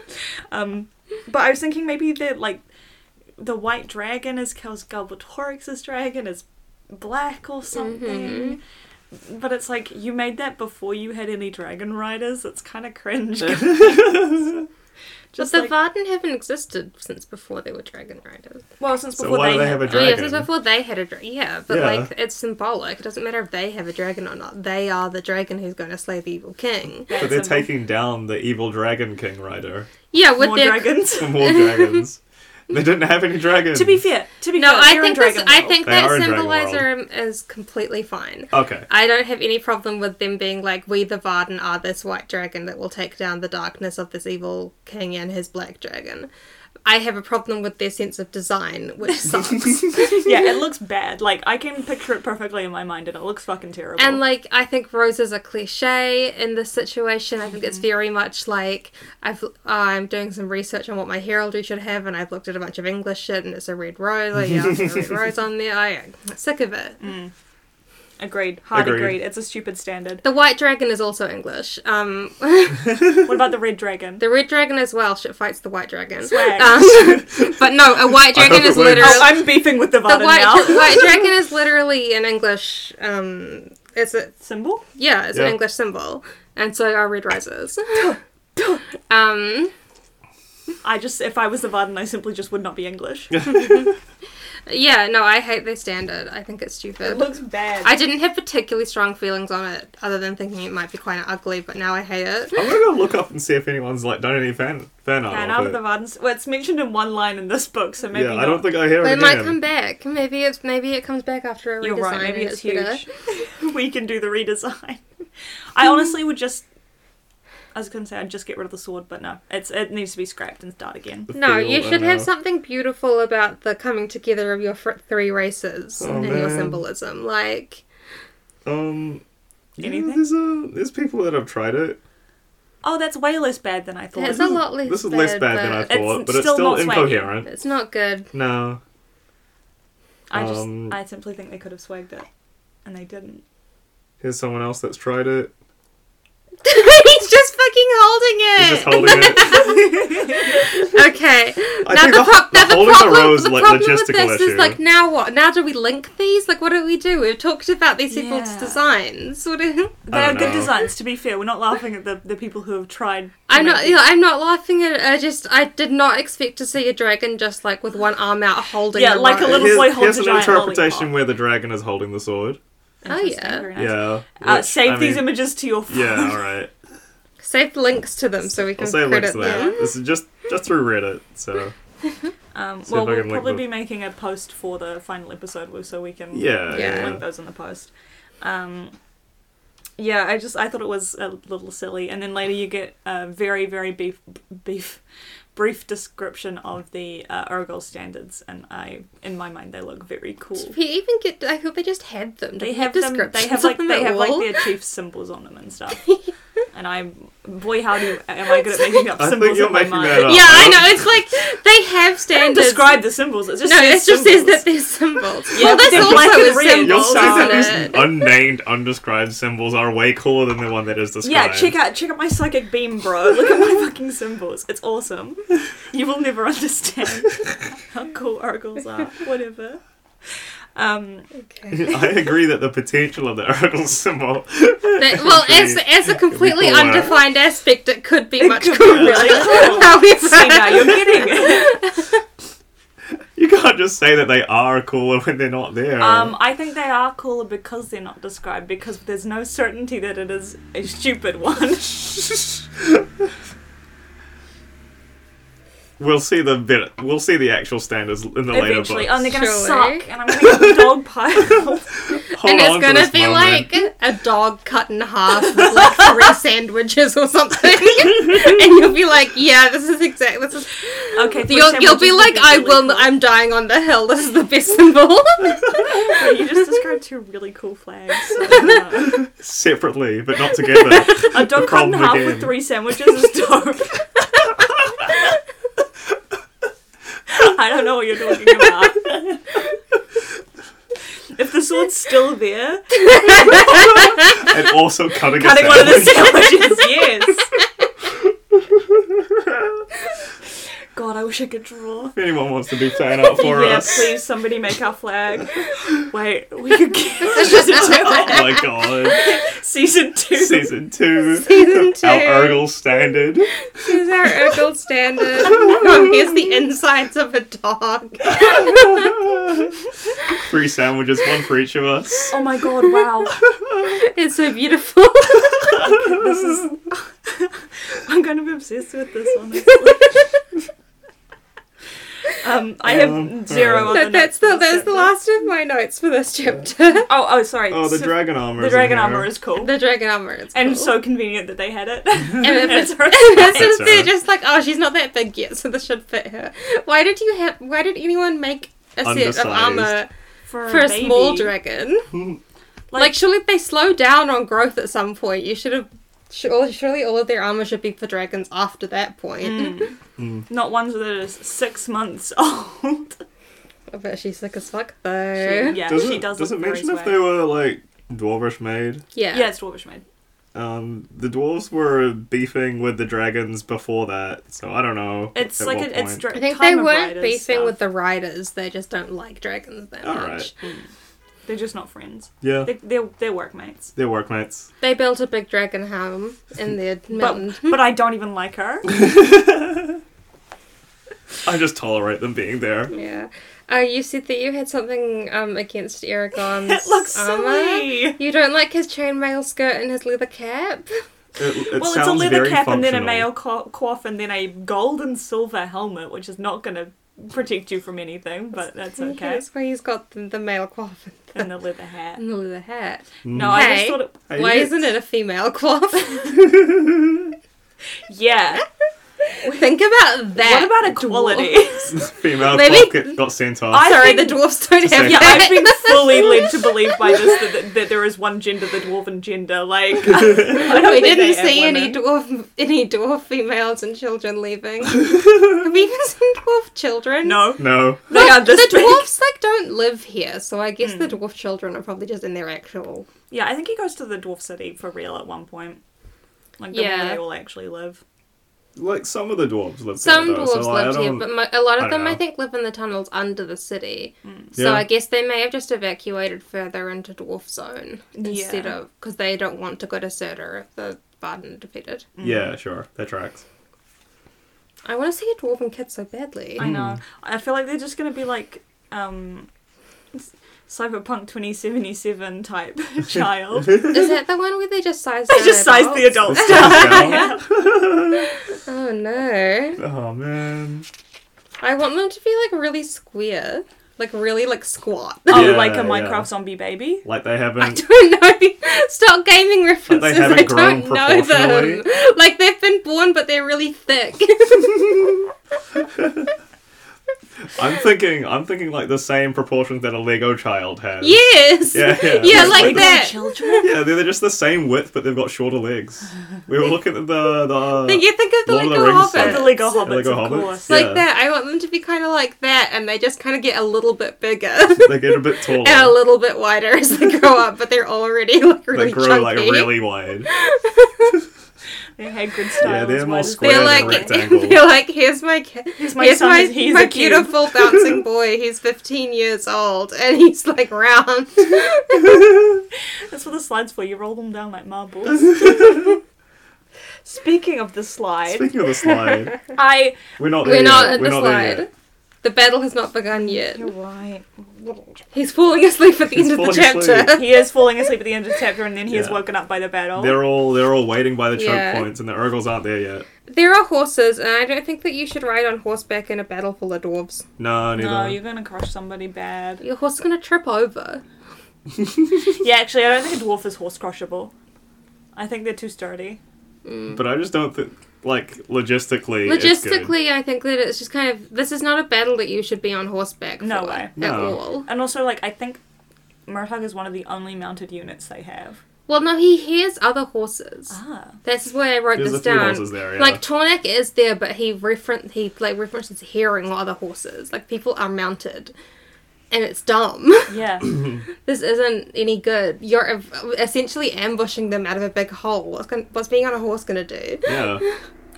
Speaker 1: Um, but I was thinking maybe that like the white dragon is Kel's Galbatorix's dragon is black or something.
Speaker 2: Mm-hmm.
Speaker 1: But it's like you made that before you had any dragon riders. It's kind of cringe.
Speaker 3: But
Speaker 1: Just
Speaker 3: the
Speaker 1: like,
Speaker 3: Varden haven't existed since before they were dragon riders.
Speaker 1: well, since
Speaker 2: So
Speaker 1: before
Speaker 2: why
Speaker 1: they,
Speaker 2: do they
Speaker 1: had
Speaker 2: have a
Speaker 1: that.
Speaker 3: Oh, yeah,
Speaker 2: dragon?
Speaker 3: since before they had a dragon. Yeah, but
Speaker 2: Yeah.
Speaker 3: like it's symbolic. It doesn't matter if they have a dragon or not. They are the dragon who's going to slay the evil king.
Speaker 2: But they're
Speaker 1: That's a-
Speaker 2: taking down the evil dragon king rider.
Speaker 3: Yeah, with
Speaker 1: more
Speaker 3: their
Speaker 1: dragons.
Speaker 2: For more dragons. they didn't have any dragons.
Speaker 1: to be fair, to be
Speaker 3: no,
Speaker 1: fair, they're
Speaker 3: I
Speaker 1: in
Speaker 3: think this,
Speaker 1: Dragon
Speaker 3: I
Speaker 1: World.
Speaker 3: think
Speaker 2: They
Speaker 3: that
Speaker 2: are in Dragon
Speaker 3: symbolizer is completely fine.
Speaker 2: Okay.
Speaker 3: I don't have any problem with them being like, we the Varden are this white dragon that will take down the darkness of this evil king and his black dragon. I have a problem with their sense of design, which sucks.
Speaker 1: yeah, it looks bad. Like I can picture it perfectly in my mind, and it looks fucking terrible.
Speaker 3: And like I think roses are cliche in this situation. I think it's very much like I've I'm doing some research on what my heraldry should have, and I've looked at a bunch of English shit, and it's a red rose. Like, yeah, I'll put a red rose on there. I, am sick of it.
Speaker 1: agreed, hard
Speaker 2: Agreed.
Speaker 1: agreed. It's a stupid standard.
Speaker 3: The white dragon is also English. Um,
Speaker 1: what about the red dragon?
Speaker 3: the red dragon is Welsh. It fights the white dragon.
Speaker 1: Swag.
Speaker 3: Um, but no, a white
Speaker 2: I hope
Speaker 3: dragon
Speaker 2: it
Speaker 3: is
Speaker 2: wins.
Speaker 3: literally
Speaker 1: Oh, I'm beefing with the
Speaker 3: the
Speaker 1: Varden
Speaker 3: white,
Speaker 1: now.
Speaker 3: white dragon is literally an English. Um, it's a
Speaker 1: Symbol?
Speaker 3: Yeah, it's
Speaker 2: Yeah.
Speaker 3: an English symbol. And so are red roses. um,
Speaker 1: I just, if I was the Varden, I simply just would not be English.
Speaker 3: yeah, no, I hate their standard. I think it's
Speaker 1: It
Speaker 3: stupid.
Speaker 1: looks bad.
Speaker 3: I didn't have particularly strong feelings on it, other than thinking it might be quite ugly, but now I hate it.
Speaker 2: I'm gonna go look up and see if anyone's like done any fan fan art.
Speaker 1: and
Speaker 2: of
Speaker 1: out
Speaker 2: it.
Speaker 1: of the Varden's, well, it's mentioned in one line in this book, so maybe
Speaker 2: yeah,
Speaker 1: not.
Speaker 2: I don't think I hear
Speaker 3: But
Speaker 2: it
Speaker 3: it might
Speaker 2: again.
Speaker 3: come back. Maybe it's maybe it comes back after a redesign.
Speaker 1: you're right. Maybe
Speaker 3: and
Speaker 1: it's
Speaker 3: better.
Speaker 1: huge. we can do the redesign. I honestly would just. I was gonna say I'd just get rid of the sword, but no, it's it needs to be scrapped and start again.
Speaker 2: The
Speaker 3: No,
Speaker 2: field,
Speaker 3: you
Speaker 2: I
Speaker 3: should have
Speaker 2: know.
Speaker 3: something beautiful about the coming together of your fr- three races
Speaker 2: Oh,
Speaker 3: and your
Speaker 2: man.
Speaker 3: symbolism. Like,
Speaker 2: Um, yeah,
Speaker 1: Anything?
Speaker 2: there's a there's people that have tried it.
Speaker 1: Oh, that's way less bad than I thought.
Speaker 3: it's a lot less.
Speaker 2: This is less bad than I
Speaker 3: but
Speaker 2: thought,
Speaker 1: it's
Speaker 2: but it's
Speaker 1: still
Speaker 2: still
Speaker 1: not swaggy.
Speaker 2: incoherent.
Speaker 3: It's not good.
Speaker 2: No,
Speaker 1: I just,
Speaker 2: um,
Speaker 1: I simply think they could have swagged it, and they didn't.
Speaker 2: here's someone else that's tried it.
Speaker 3: He's just fucking holding it.
Speaker 2: He's just holding it.
Speaker 3: okay.
Speaker 2: I
Speaker 3: now
Speaker 2: think
Speaker 3: the,
Speaker 2: the-
Speaker 3: pro-
Speaker 2: the
Speaker 3: now the
Speaker 2: holding the
Speaker 3: problem,
Speaker 2: rose,
Speaker 3: the
Speaker 2: like,
Speaker 3: problem with
Speaker 2: logistical
Speaker 3: this
Speaker 2: issue.
Speaker 3: is like now what? Now do we link these? Like what do we do? We've talked about these several
Speaker 1: Yeah.
Speaker 3: designs. What do?
Speaker 1: They are
Speaker 2: don't
Speaker 1: good
Speaker 2: know.
Speaker 1: designs. To be fair, we're not laughing at the, the people who have tried. to
Speaker 3: I'm
Speaker 1: make
Speaker 3: not.
Speaker 1: these.
Speaker 3: You know, I'm not laughing at. it. I just. I did not expect to see a dragon just like with one arm out holding.
Speaker 1: Yeah, like a
Speaker 3: rose.
Speaker 1: little
Speaker 2: here's
Speaker 1: boy holds
Speaker 2: here's
Speaker 1: a
Speaker 2: an
Speaker 1: giant
Speaker 2: interpretation
Speaker 1: lollipop.
Speaker 2: where the dragon is holding the sword.
Speaker 3: Oh,
Speaker 1: Interesting,
Speaker 3: yeah.
Speaker 1: very nice.
Speaker 2: Yeah.
Speaker 1: Uh,
Speaker 2: which,
Speaker 1: save
Speaker 2: I
Speaker 1: these
Speaker 2: mean,
Speaker 1: images to your phone.
Speaker 2: Yeah. All right.
Speaker 3: Save links to them so we can
Speaker 2: I'll save links
Speaker 3: credit
Speaker 2: to
Speaker 3: them.
Speaker 2: that. This is just just through Reddit, so
Speaker 1: Um,
Speaker 2: See
Speaker 1: well, we'll
Speaker 2: if I can link
Speaker 1: probably
Speaker 2: the-
Speaker 1: be making a post for the final episode, w- so we can
Speaker 2: yeah, yeah.
Speaker 3: Yeah.
Speaker 1: link those in the post. Um, yeah, I just I thought it was a little silly, and then later you get a very very beef beef brief description of the uh, Urgol standards, and I in my mind they look very cool.
Speaker 3: We even get. I thought they just had them. Did
Speaker 1: They
Speaker 3: they
Speaker 1: have them.
Speaker 3: descriptions.
Speaker 1: They have like
Speaker 3: of them
Speaker 1: they
Speaker 3: at
Speaker 1: have like
Speaker 3: all?
Speaker 1: their chief symbols on them and stuff. and I Boy, how do am I good at making up
Speaker 2: I
Speaker 1: symbols?
Speaker 2: think you're
Speaker 1: in my
Speaker 2: making
Speaker 1: mind.
Speaker 2: that up.
Speaker 3: yeah, I know. It's like they have
Speaker 1: Don't
Speaker 3: standards.
Speaker 1: describe the symbols. It just
Speaker 3: no,
Speaker 1: says
Speaker 3: it just says
Speaker 1: symbols.
Speaker 3: that they're symbols.
Speaker 1: Yeah,
Speaker 3: well,
Speaker 1: but
Speaker 3: that's
Speaker 1: they're
Speaker 3: also
Speaker 1: black
Speaker 3: a
Speaker 1: and red.
Speaker 3: symbol,
Speaker 2: You'll see that
Speaker 1: Symbols,
Speaker 3: isn't
Speaker 2: these
Speaker 3: it?
Speaker 2: unnamed, undescribed symbols are way cooler than the one that is described.
Speaker 1: Yeah, check out check out my psychic beam, bro. Look at my fucking symbols. It's awesome. You will never understand how cool oracles are. Whatever. Um,
Speaker 3: Okay.
Speaker 2: I agree that the potential of the oracle symbol.
Speaker 3: That- well, as as a completely
Speaker 2: cooler.
Speaker 3: undefined aspect, it could be
Speaker 1: It
Speaker 3: much
Speaker 1: could be
Speaker 3: cooler.
Speaker 1: really cool. see now,
Speaker 3: However,
Speaker 1: you're getting.
Speaker 2: You can't just say that they are cooler when they're not there.
Speaker 1: Um, I think they are cooler because they're not described because there's no certainty that it is a stupid one.
Speaker 2: we'll see the bit. We'll see the actual standards in the later books.
Speaker 1: Eventually, oh, and they're gonna
Speaker 3: Surely.
Speaker 1: suck, and I'm gonna get dog piled.
Speaker 2: Hold
Speaker 3: and
Speaker 2: on
Speaker 3: it's
Speaker 2: to
Speaker 3: gonna
Speaker 2: this
Speaker 3: be
Speaker 2: moment.
Speaker 3: like a dog cut in half with like three sandwiches or something, and you'll be like, "Yeah, this is exact. This is."
Speaker 1: Okay, three
Speaker 3: You'll, you'll be
Speaker 1: sandwiches
Speaker 3: like,
Speaker 1: would
Speaker 3: "I
Speaker 1: really
Speaker 3: will.
Speaker 1: cool.
Speaker 3: I'm dying on the hill. This is the best symbol."
Speaker 1: Wait, you just described two really cool flags. Uh,
Speaker 2: separately, but not together.
Speaker 1: a dog cut in
Speaker 2: problem
Speaker 1: half
Speaker 2: again.
Speaker 1: with three sandwiches is dope. I don't know what you're talking about. If the sword's still there,
Speaker 2: and also cutting,
Speaker 1: cutting
Speaker 2: a
Speaker 1: one of the
Speaker 2: sandwich.
Speaker 1: sandwiches, yes. God, I wish I could draw.
Speaker 2: If anyone wants to be fan art for
Speaker 1: yeah,
Speaker 2: us,
Speaker 1: please, somebody make our flag. Wait, we could get
Speaker 2: oh my god,
Speaker 1: season two.
Speaker 2: season two,
Speaker 3: Season two.
Speaker 2: our Urgle standard.
Speaker 3: These are our gold standard. Oh, here's the insides of a dog.
Speaker 2: Three sandwiches, one for each of us.
Speaker 1: Oh my god, wow.
Speaker 3: It's so beautiful.
Speaker 1: This is. I'm going to be obsessed with this, honestly. um, I
Speaker 2: Um,
Speaker 1: have zero on
Speaker 2: alright.
Speaker 1: the
Speaker 3: that, that's the
Speaker 1: notes for this
Speaker 3: that's the
Speaker 1: chapter.
Speaker 3: last of my notes for this chapter.
Speaker 1: Oh, oh, sorry.
Speaker 2: Oh, the
Speaker 1: So-
Speaker 2: dragon armor.
Speaker 1: the
Speaker 2: is in
Speaker 1: dragon
Speaker 2: here.
Speaker 1: armor is cool.
Speaker 3: the dragon armor. It's
Speaker 1: and
Speaker 3: cool.
Speaker 1: so convenient that they had it.
Speaker 3: And if
Speaker 1: It's
Speaker 3: it's,
Speaker 1: her-
Speaker 3: it's just-
Speaker 2: That's
Speaker 3: they're
Speaker 2: her.
Speaker 3: just like, oh, she's not that big yet, so this should fit her. Why did you have? Why did anyone make a set
Speaker 2: Undersized.
Speaker 3: of armor for a
Speaker 1: baby.
Speaker 3: small dragon? Like, surely they slow down on growth at some point. You should have. Surely, surely all of their armor should be for dragons after that point.
Speaker 1: Mm. Not ones that is six months old.
Speaker 3: I bet she's sick as fuck
Speaker 1: She-
Speaker 3: though.
Speaker 1: yeah,
Speaker 2: Does
Speaker 1: she
Speaker 2: it,
Speaker 1: does.
Speaker 2: does it
Speaker 1: look very
Speaker 2: mention if
Speaker 1: swag.
Speaker 2: they were like dwarvish made?
Speaker 3: yeah.
Speaker 1: Yeah, it's Dwarvish Maid.
Speaker 2: Um, the dwarves were beefing with the dragons before that, so I don't know.
Speaker 1: It's
Speaker 2: at
Speaker 1: like
Speaker 2: what
Speaker 1: it, it's
Speaker 2: point.
Speaker 1: dra-
Speaker 3: I think
Speaker 1: time
Speaker 3: they
Speaker 1: of
Speaker 3: weren't
Speaker 1: writers
Speaker 3: beefing
Speaker 1: stuff.
Speaker 3: with the riders. They just don't like dragons that
Speaker 2: All
Speaker 3: much.
Speaker 1: They're just not friends.
Speaker 2: yeah,
Speaker 1: They, they're they're workmates.
Speaker 2: they're workmates.
Speaker 3: They built a big dragon home in their mountain.
Speaker 1: But, but I don't even like her.
Speaker 2: I just tolerate them being there.
Speaker 3: yeah. Uh, you said that you had something um, against Aragon's
Speaker 1: it looks
Speaker 3: armor.
Speaker 1: silly.
Speaker 3: You don't like his chainmail skirt and his leather cap.
Speaker 2: It, it
Speaker 1: Well,
Speaker 2: sounds
Speaker 1: it's a leather
Speaker 2: very
Speaker 1: cap and then a
Speaker 2: functional.
Speaker 1: mail co- coif and then a gold and silver helmet, which is not going to protect you from anything, but that's
Speaker 3: Yeah,
Speaker 1: okay.
Speaker 3: That's why he's got the, the male coif
Speaker 1: And the leather hat.
Speaker 2: Mm.
Speaker 3: and the leather hat.
Speaker 1: No, I just
Speaker 3: Hey.
Speaker 1: thought it.
Speaker 2: Hey,
Speaker 3: why
Speaker 2: you get-
Speaker 3: isn't it a female coif?
Speaker 1: Yeah.
Speaker 3: Think about that.
Speaker 1: What about
Speaker 3: dwarf.
Speaker 1: equality?
Speaker 2: Female
Speaker 3: Maybe-
Speaker 2: clock get- got sent off.
Speaker 1: I
Speaker 3: Sorry,
Speaker 1: think-
Speaker 3: the dwarfs don't have
Speaker 1: yeah, I've
Speaker 3: that.
Speaker 1: been fully led to believe by this that, that, that there is one gender, the dwarven gender. Like, I don't
Speaker 3: we
Speaker 1: think
Speaker 3: didn't
Speaker 1: they add
Speaker 3: see any
Speaker 1: women.
Speaker 3: dwarf any dwarf females and children leaving. Have we even seen dwarf children?
Speaker 1: No,
Speaker 2: no.
Speaker 1: they are
Speaker 3: Well,
Speaker 1: this
Speaker 3: the
Speaker 1: big.
Speaker 3: dwarfs like don't live here, so I guess
Speaker 1: Hmm.
Speaker 3: the dwarf children are probably just in their actual.
Speaker 1: Yeah, I think he goes to the dwarf city for real at one point. Like, the
Speaker 3: Yeah.
Speaker 1: where they all actually live.
Speaker 2: Like some of the dwarves live
Speaker 3: Some
Speaker 2: there. though,
Speaker 3: dwarves
Speaker 2: so I
Speaker 3: lived here,
Speaker 2: don't-
Speaker 3: but mo- a lot
Speaker 2: I don't
Speaker 3: of them I
Speaker 2: know.
Speaker 3: think live in the tunnels under the city.
Speaker 1: Mm.
Speaker 3: So
Speaker 2: Yeah.
Speaker 3: I guess they may have just evacuated further into dwarf zone instead
Speaker 1: Yeah.
Speaker 3: of because they don't want to go to Surtur if the Varden are defeated.
Speaker 2: Yeah, sure. That tracks.
Speaker 3: I want to see a dwarven kid so badly.
Speaker 1: I know. I feel like they're just gonna be like, um, s- Cyberpunk 2077 type child. they
Speaker 3: Is that the one where they just size? down
Speaker 1: just size the
Speaker 3: adults?
Speaker 1: adults down.
Speaker 2: Yeah.
Speaker 3: Oh no!
Speaker 2: oh man.
Speaker 3: I want them to be like really square, like really like squat.
Speaker 1: Oh,
Speaker 2: Yeah,
Speaker 1: like a
Speaker 2: yeah.
Speaker 1: Minecraft zombie baby.
Speaker 2: Like they
Speaker 3: I
Speaker 2: haven't
Speaker 3: don't know. Stop gaming references.
Speaker 2: haven't
Speaker 3: I
Speaker 2: grown
Speaker 3: don't know them. Like they've been born, but they're really thick.
Speaker 2: I'm thinking, I'm thinking like the same proportions that a Lego child has.
Speaker 3: Yes.
Speaker 2: Yeah, yeah.
Speaker 3: yeah like
Speaker 1: Lego
Speaker 3: that.
Speaker 2: uh,
Speaker 1: Children.
Speaker 2: Yeah, they're they're just the same width, but they've got shorter legs. We were looking at the the.
Speaker 3: But you think of the
Speaker 2: Lord of the
Speaker 3: Lego
Speaker 2: Rings
Speaker 3: Hobbit.
Speaker 2: set.
Speaker 1: The Lego Hobbits,
Speaker 2: Lego
Speaker 1: of
Speaker 2: Hobbits?
Speaker 1: course.
Speaker 2: Yeah.
Speaker 3: Like that. I want them to be kind of like that, and they just kind of get a little bit bigger
Speaker 2: they get a bit taller.
Speaker 3: and a little bit wider as they grow up, but they're already like really
Speaker 2: they grow
Speaker 3: chunky.
Speaker 2: like really wide.
Speaker 1: They're Hagrid style.
Speaker 2: Yeah, they're
Speaker 1: as
Speaker 2: more
Speaker 1: well.
Speaker 2: square
Speaker 3: They're
Speaker 2: than
Speaker 3: like,
Speaker 2: rectangle.
Speaker 3: they're like, here's my, ki- here's
Speaker 1: my
Speaker 3: my, here's
Speaker 1: son,
Speaker 3: my,
Speaker 1: he's a cube."
Speaker 3: beautiful bouncing boy. He's 15 years old, and he's like round.
Speaker 1: That's what the slide's for. You roll them down like marbles. Speaking of the slide,
Speaker 2: Speaking of the slide,
Speaker 1: I.
Speaker 2: we're not there
Speaker 3: We're not
Speaker 2: yet.
Speaker 3: at
Speaker 2: we're
Speaker 3: the
Speaker 2: not there
Speaker 3: slide.
Speaker 2: yet.
Speaker 3: The battle has not begun yet.
Speaker 1: right.
Speaker 3: He's falling asleep at the
Speaker 2: He's
Speaker 3: end of the
Speaker 2: falling asleep.
Speaker 3: chapter.
Speaker 1: He is falling asleep at the end of the chapter, and then he is
Speaker 2: Yeah.
Speaker 1: woken up by the battle.
Speaker 2: They're all they're all waiting by the choke
Speaker 3: Yeah.
Speaker 2: points, and the Urgles aren't there yet.
Speaker 3: There are horses, and I don't think that you should ride on horseback in a battle full of dwarves.
Speaker 2: No, neither.
Speaker 1: no, you're gonna crush somebody bad.
Speaker 3: Your horse is gonna trip over.
Speaker 1: Yeah, actually, I don't think a dwarf is horse crushable. I think they're too sturdy.
Speaker 2: But I just don't think like logistically. it's good.
Speaker 3: Logistically, I think that it's just kind of this is not a battle that you should be on horseback.
Speaker 1: No
Speaker 3: for
Speaker 1: way.
Speaker 3: at
Speaker 2: No.
Speaker 3: all.
Speaker 1: And also, like, I think Murtagh is one of the only mounted units they have.
Speaker 3: Well, no, he hears other horses.
Speaker 1: Ah.
Speaker 3: That's why I wrote
Speaker 2: There's a
Speaker 3: this
Speaker 2: few
Speaker 3: down.
Speaker 2: horses there, yeah.
Speaker 3: Like Tornik is there, but he referen he like references hearing other horses. Like people are mounted, and it's dumb.
Speaker 1: Yeah.
Speaker 3: this isn't any good. You're ev- essentially ambushing them out of a big hole. What's, going what's being on a horse gonna do?
Speaker 2: yeah.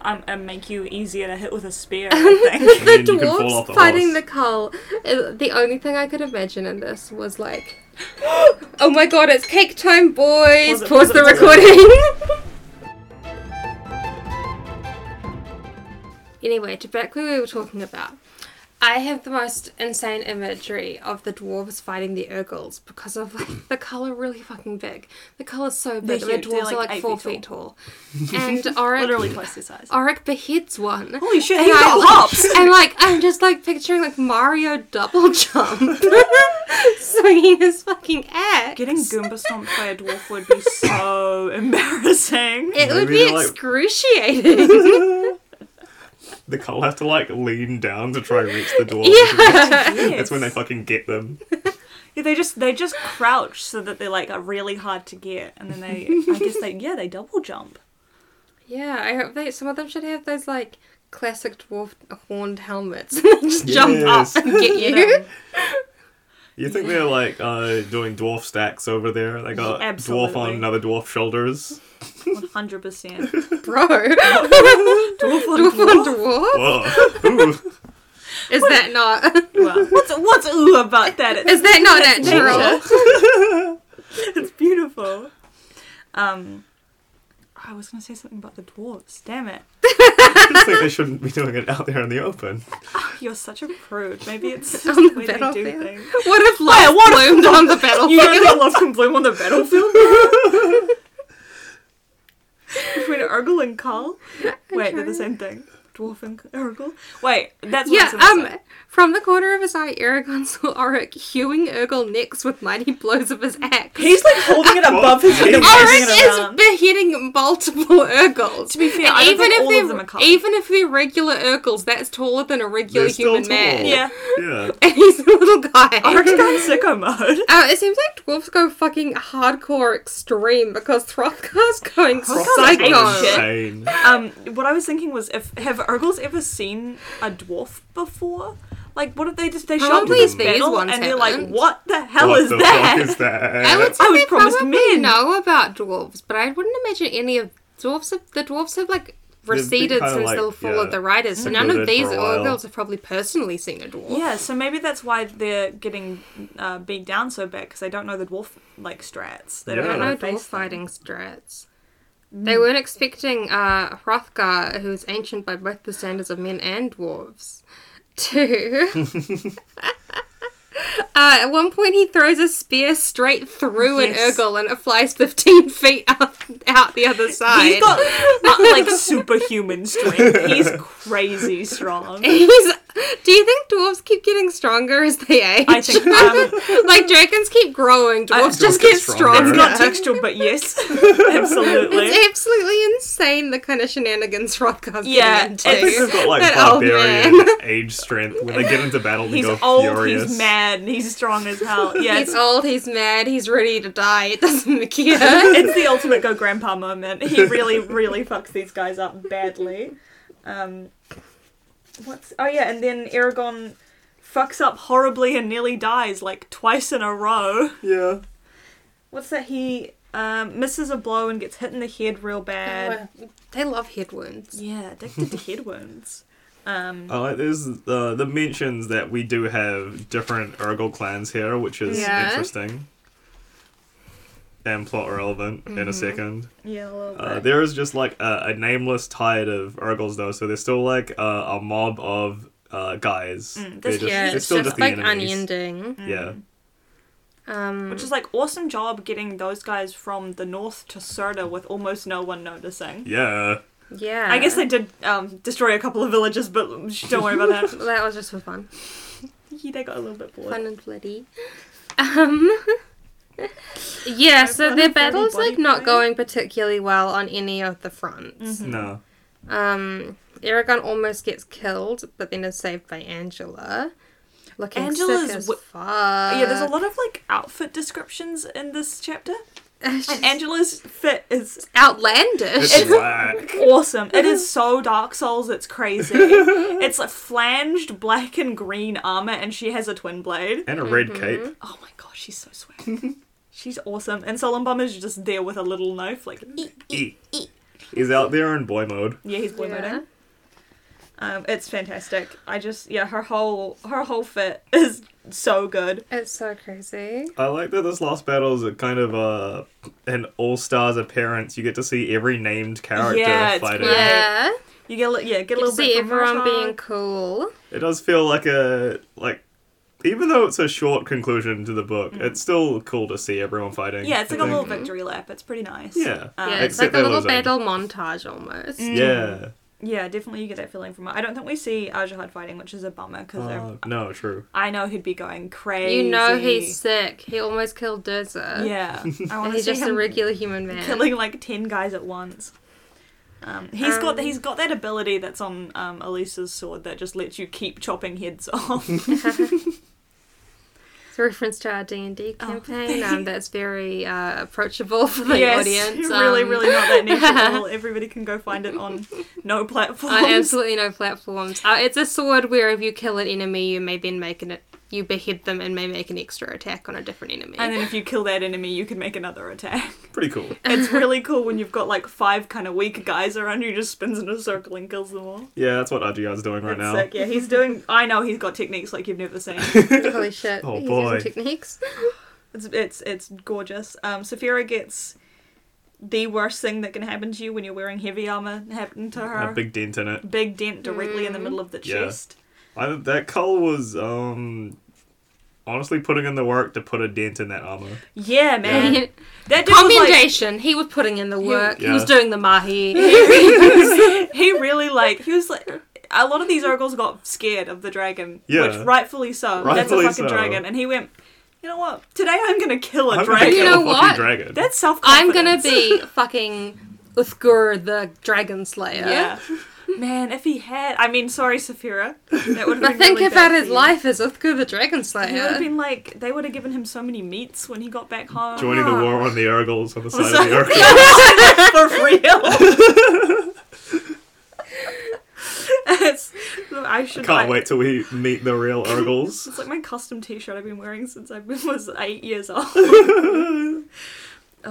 Speaker 1: um, and make you easier to hit with a spear, I think.
Speaker 3: the
Speaker 2: And you can fall off
Speaker 3: dwarves
Speaker 2: the
Speaker 3: fighting
Speaker 2: horse.
Speaker 3: the cull. uh, The only thing I could imagine in this was like, oh my god, it's cake time,
Speaker 1: Pause
Speaker 3: boys!
Speaker 1: it, pause
Speaker 3: Pause
Speaker 1: it,
Speaker 3: the
Speaker 1: pause it.
Speaker 3: recording. anyway, to back where we were talking about. I have the most insane imagery of the dwarves fighting the Urgles because of like the color really fucking big. The color's so big,
Speaker 1: They're huge.
Speaker 3: and the
Speaker 1: They're,
Speaker 3: dwarves are
Speaker 1: like,
Speaker 3: like
Speaker 1: eight
Speaker 3: four
Speaker 1: feet
Speaker 3: feet tall, and Auric
Speaker 1: Literally twice their size.
Speaker 3: Auric beheads one.
Speaker 1: Holy shit,
Speaker 3: And
Speaker 1: he
Speaker 3: I-
Speaker 1: got hops!
Speaker 3: And like, I'm just like picturing like Mario double jump, swinging his fucking axe.
Speaker 1: Getting Goomba stomped by a dwarf would be so embarrassing.
Speaker 3: It would
Speaker 2: Maybe
Speaker 3: be
Speaker 2: they're, like-
Speaker 3: excruciating.
Speaker 2: The cull have to like lean down to try and reach the door.
Speaker 3: yeah.
Speaker 2: That's when they fucking get them.
Speaker 1: Yeah, they just they just crouch so that they're like are really hard to get, and then they I guess they yeah they double jump.
Speaker 3: Yeah, I hope they. Some of them should have those like classic dwarf horned helmets. just jump up
Speaker 2: Yes.
Speaker 3: and get you.
Speaker 1: Yeah.
Speaker 2: You think they're like uh, doing dwarf stacks over there? They got dwarf on
Speaker 1: Absolutely.
Speaker 2: another dwarf shoulders.
Speaker 1: One hundred percent.
Speaker 3: Bro.
Speaker 1: Dwarf on
Speaker 3: dwarf
Speaker 1: dwarf.
Speaker 3: on dwarf?
Speaker 2: Whoa! Ooh.
Speaker 3: Is that not?
Speaker 1: Well, what's what's ooh about that? It's
Speaker 3: Is that not natural?
Speaker 1: nature. it's beautiful. Um, I was gonna say something about the dwarves. Damn it,
Speaker 2: I just think they shouldn't be doing it out there in the open.
Speaker 1: you're such a prude. Maybe it's just
Speaker 3: On the
Speaker 1: the way they do
Speaker 3: battlefield.
Speaker 1: things.
Speaker 3: What if life
Speaker 1: what if-
Speaker 3: bloomed on the
Speaker 1: You
Speaker 3: battlefield?
Speaker 1: don't think love can bloom on the battlefield? Between Urgle and Carl? Wait, they're the same thing. Dwarf and Urgle? Wait, that's what
Speaker 3: Yeah,
Speaker 1: yeah,
Speaker 3: um, from the corner of his eye, Aragorn saw Auric hewing Urgel necks with mighty blows of his axe.
Speaker 1: He's like holding it above his head and
Speaker 3: Auric
Speaker 1: waving it
Speaker 3: is
Speaker 1: around.
Speaker 3: beheading multiple Urgels. To
Speaker 1: be fair, I don't think all of them are covered.
Speaker 3: even if they're regular Urgels, that's taller than a regular
Speaker 2: They're still
Speaker 3: human
Speaker 2: tall.
Speaker 3: man.
Speaker 1: Yeah.
Speaker 2: Yeah.
Speaker 3: And he's a little guy.
Speaker 1: Auric's going sicko mode.
Speaker 3: Uh, it seems like dwarves go fucking hardcore extreme because Hrothgar's going
Speaker 1: Hrothgar's
Speaker 2: That's
Speaker 1: Psycho.
Speaker 2: insane.
Speaker 1: Um, what I was thinking was, if have Urgles ever seen a dwarf before? Like, what if they just they show up to
Speaker 3: Probably
Speaker 1: this
Speaker 3: these
Speaker 1: battle
Speaker 3: ones
Speaker 1: and they're like,
Speaker 3: haven't.
Speaker 1: "What the hell
Speaker 2: what
Speaker 1: is
Speaker 2: the
Speaker 1: that?"
Speaker 2: fuck is that?
Speaker 3: I would say
Speaker 1: I was
Speaker 3: they
Speaker 1: promised
Speaker 3: probably
Speaker 1: men.
Speaker 3: know about dwarves, but I wouldn't imagine any of dwarves. Have, the dwarves have like
Speaker 2: been
Speaker 3: receded
Speaker 2: kinda
Speaker 3: since
Speaker 2: like,
Speaker 3: the fall
Speaker 2: yeah,
Speaker 3: of the riders. So none of
Speaker 2: secluded
Speaker 3: these
Speaker 2: for a while.
Speaker 3: girls have probably personally seen a dwarf.
Speaker 1: Yeah, so maybe that's why they're getting uh, beat down so bad because they don't know the dwarf like strats. They
Speaker 2: Yeah.
Speaker 3: I
Speaker 1: don't
Speaker 3: don't
Speaker 1: know how
Speaker 3: know
Speaker 1: to
Speaker 3: dwarf
Speaker 1: face them. Mm.
Speaker 3: fighting strats. They weren't expecting uh, Hrothgar, who is ancient by both the standards of men and dwarves, to Uh, at one point, he throws a spear straight through
Speaker 1: Yes.
Speaker 3: an Urgle and it flies 15 feet out, out the other side.
Speaker 1: He's got not like superhuman strength. He's crazy strong.
Speaker 3: He's- do you think dwarves keep getting stronger as they age?
Speaker 1: I think um,
Speaker 3: like dragons keep growing,
Speaker 1: I-
Speaker 3: dwarves just
Speaker 2: Dwarves get
Speaker 3: get
Speaker 2: stronger.
Speaker 3: stronger.
Speaker 1: it's not textual, but yes, absolutely.
Speaker 3: It's absolutely insane the kind of shenanigans Rothgar's
Speaker 1: Yeah,
Speaker 3: getting into.
Speaker 2: I think they've got like
Speaker 3: That old
Speaker 2: barbarian age strength. When they get into battle, they
Speaker 1: He's
Speaker 2: go
Speaker 1: old.
Speaker 2: furious.
Speaker 1: He's mad. and He's strong as hell. Yeah,
Speaker 3: He's
Speaker 1: it's,
Speaker 3: old, he's mad, he's ready to die. It doesn't care.
Speaker 1: it's the ultimate go grandpa moment. He really, really fucks these guys up badly. Um, what's oh yeah, and then Aragon fucks up horribly and nearly dies like twice in a row.
Speaker 2: Yeah.
Speaker 1: What's that? He um, misses a blow and gets hit in the head real bad.
Speaker 3: they love head wounds.
Speaker 1: Yeah, addicted to head wounds. Um,
Speaker 2: I like there's uh, the mentions that we do have different Urgle clans here, which is
Speaker 3: Yeah.
Speaker 2: interesting and plot relevant
Speaker 3: Mm-hmm.
Speaker 2: in a second.
Speaker 1: yeah, a little
Speaker 2: Uh,
Speaker 1: bit.
Speaker 2: there is just like a, a nameless tide of Urgles though, so they're still like uh, a mob of uh, guys. They're
Speaker 1: this-
Speaker 2: just,
Speaker 3: yeah,
Speaker 2: they're
Speaker 3: Mm, it's
Speaker 2: still
Speaker 3: just,
Speaker 2: just, the
Speaker 3: like Mm-hmm.
Speaker 2: enemies.
Speaker 3: unending.
Speaker 2: Yeah,
Speaker 3: Um,
Speaker 1: Which is like awesome job getting those guys from the north to Serta with almost no one noticing.
Speaker 2: yeah.
Speaker 3: yeah.
Speaker 1: I guess they did um, destroy a couple of villages, but sh- don't worry about that.
Speaker 3: that was just for fun.
Speaker 1: Yeah, they got a little bit bored.
Speaker 3: Fun and bloody. Um. yeah,
Speaker 1: I've got
Speaker 3: so
Speaker 1: a
Speaker 3: their
Speaker 1: bloody
Speaker 3: battle's
Speaker 1: body
Speaker 3: like not
Speaker 1: plan.
Speaker 3: going particularly well on any of the fronts.
Speaker 2: No,
Speaker 1: Mm.
Speaker 3: Um, Aragon almost gets killed, but then is saved by Angela. Looking
Speaker 1: Angela's
Speaker 3: sick as
Speaker 1: wi-
Speaker 3: fuck.
Speaker 1: yeah, there's a lot of like outfit descriptions in this chapter, and Angela's fit is
Speaker 3: outlandish.
Speaker 2: it's whack.
Speaker 1: awesome. It is so Dark Souls, it's crazy. it's a flanged black and green armor, and she has a twin blade.
Speaker 2: And a red cape.
Speaker 3: Mm-hmm.
Speaker 1: Oh my gosh, she's so sweet. She's awesome, and Solomon is just there with a little knife, like eek,
Speaker 2: E. He's out there in boy mode.
Speaker 1: Yeah, he's boy
Speaker 3: Yeah.
Speaker 1: moding. Um, it's fantastic. I just yeah, her whole her whole fit is so good.
Speaker 3: It's so crazy.
Speaker 2: I like that this last battle is a kind of uh, an all stars appearance. You get to see every named character
Speaker 1: Yeah, it's
Speaker 2: fighting.
Speaker 1: great. Yeah.
Speaker 3: Yeah.
Speaker 1: You get a, li- yeah, get a
Speaker 3: You
Speaker 1: little bit
Speaker 3: see
Speaker 1: from
Speaker 3: everyone
Speaker 1: Rorschach.
Speaker 3: being cool.
Speaker 2: It does feel like a like, even though it's a short conclusion to the book,
Speaker 3: Mm.
Speaker 2: it's still cool to see everyone fighting.
Speaker 1: yeah, it's
Speaker 2: I
Speaker 1: like a
Speaker 2: think.
Speaker 1: little victory lap. It's pretty nice.
Speaker 2: Yeah.
Speaker 1: Um,
Speaker 3: yeah, it's
Speaker 2: Except
Speaker 3: like a
Speaker 2: they
Speaker 3: little
Speaker 2: lose him.
Speaker 3: battle montage almost.
Speaker 2: Yeah.
Speaker 1: yeah, definitely you get that feeling from. it. I don't think we see Ajahad fighting, which is a bummer because
Speaker 2: Uh, no, true.
Speaker 1: I know he'd be going crazy.
Speaker 3: You know he's sick. He almost killed Durza.
Speaker 1: yeah. I
Speaker 3: And
Speaker 1: want to
Speaker 3: he's
Speaker 1: see
Speaker 3: just a
Speaker 1: him
Speaker 3: regular human man.
Speaker 1: killing like ten guys at once. Um, he's got
Speaker 3: Um,
Speaker 1: he's got that ability that's on um, Elisa's sword that just lets you keep chopping heads off.
Speaker 3: It's a reference to our D and D
Speaker 1: Oh.
Speaker 3: campaign. Um, that's very uh, approachable for the audience.
Speaker 1: Really,
Speaker 3: Um,
Speaker 1: really not that niche at all. Everybody can go find it on no platform.
Speaker 3: on absolutely no platforms. Uh, it's a sword where if you kill an enemy, you may then make an you behead them and may make an extra attack on a different enemy.
Speaker 1: And then if you kill that enemy, you can make another attack.
Speaker 2: Pretty cool.
Speaker 1: It's really cool when you've got like five kind of weak guys around you, just spins in a circle and kills them all.
Speaker 2: Yeah, that's what Ajiyar's doing right
Speaker 1: That's
Speaker 2: now.
Speaker 1: sick. Yeah, he's doing. I know he's got techniques like you've never seen.
Speaker 3: Holy shit!
Speaker 2: Oh,
Speaker 3: he's
Speaker 2: boy.
Speaker 3: using techniques.
Speaker 1: It's it's it's gorgeous. Um, Saphira gets the worst thing that can happen to you when you're wearing heavy armor happen to her.
Speaker 2: A big dent in it.
Speaker 1: Big dent directly in the middle of the
Speaker 2: Yeah.
Speaker 1: chest.
Speaker 2: I, that Cole was um, honestly putting in the work to put a dent in that armor.
Speaker 1: Yeah, man. That dude was like,
Speaker 3: Commendation. he was putting in the work.
Speaker 2: Yeah.
Speaker 3: He was doing the mahi.
Speaker 1: he really like he was like a lot of these oracles got scared of the dragon,
Speaker 2: Yeah.
Speaker 1: which rightfully so. That's a
Speaker 2: Rightfully
Speaker 1: fucking
Speaker 2: so.
Speaker 1: dragon, and he went, you know what? Today I'm gonna kill a
Speaker 2: I'm gonna
Speaker 1: dragon.
Speaker 2: kill
Speaker 3: You
Speaker 2: a
Speaker 3: know
Speaker 2: fucking
Speaker 3: what?
Speaker 2: dragon.
Speaker 1: That's self.
Speaker 3: I'm gonna be fucking Uthgur the Dragon Slayer.
Speaker 1: yeah. Man, if he had, I mean, sorry, Saphira, that would.
Speaker 3: I
Speaker 1: have been
Speaker 3: think
Speaker 1: really
Speaker 3: about
Speaker 1: bad
Speaker 3: his
Speaker 1: for you.
Speaker 3: life as Uthgur the Dragon
Speaker 1: He would have
Speaker 3: Slayer.
Speaker 1: been like they would have given him so many meats when he got back home.
Speaker 2: Joining the war on the Urgles on the side of
Speaker 1: Ah. sorry.
Speaker 2: the Urgles.
Speaker 1: for real. It's- I should.
Speaker 2: Can't
Speaker 1: I-
Speaker 2: wait till we meet the real Urgles.
Speaker 1: It's like my custom T-shirt I've been wearing since I was eight years old. oh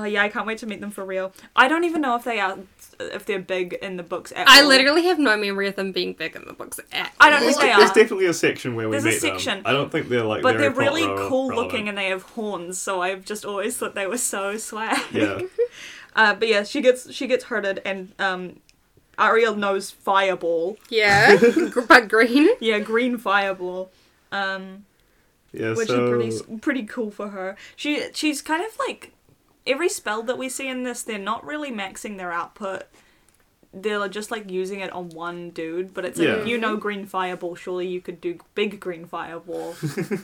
Speaker 1: yeah, I can't wait to meet them for real. I don't even know if they are, if they're big in the books at
Speaker 3: I
Speaker 1: all.
Speaker 3: literally have no memory of them being big in the books at
Speaker 1: I don't
Speaker 3: all.
Speaker 1: think they
Speaker 2: There's
Speaker 1: are.
Speaker 2: definitely a section where we
Speaker 1: There's a
Speaker 2: meet them.
Speaker 1: section.
Speaker 2: I don't think they're like.
Speaker 1: But
Speaker 2: very
Speaker 1: they're really
Speaker 2: plot rel-
Speaker 1: cool
Speaker 2: relevant.
Speaker 1: looking and they have horns, so I've just always thought they were so swag.
Speaker 2: Yeah,
Speaker 1: Uh, but yeah, she gets she gets hurted and um, Ariel knows fireball.
Speaker 3: Yeah, gr- but green.
Speaker 1: Yeah, green fireball. Um,
Speaker 2: Yeah,
Speaker 1: which
Speaker 2: so
Speaker 1: is pretty pretty cool for her. She she's kind of like every spell that we see in this, they're not really maxing their output. They're just like using it on one dude, but it's like
Speaker 2: Yeah.
Speaker 1: you
Speaker 3: Mm-hmm.
Speaker 1: know green fireball. Surely you could do big green fireball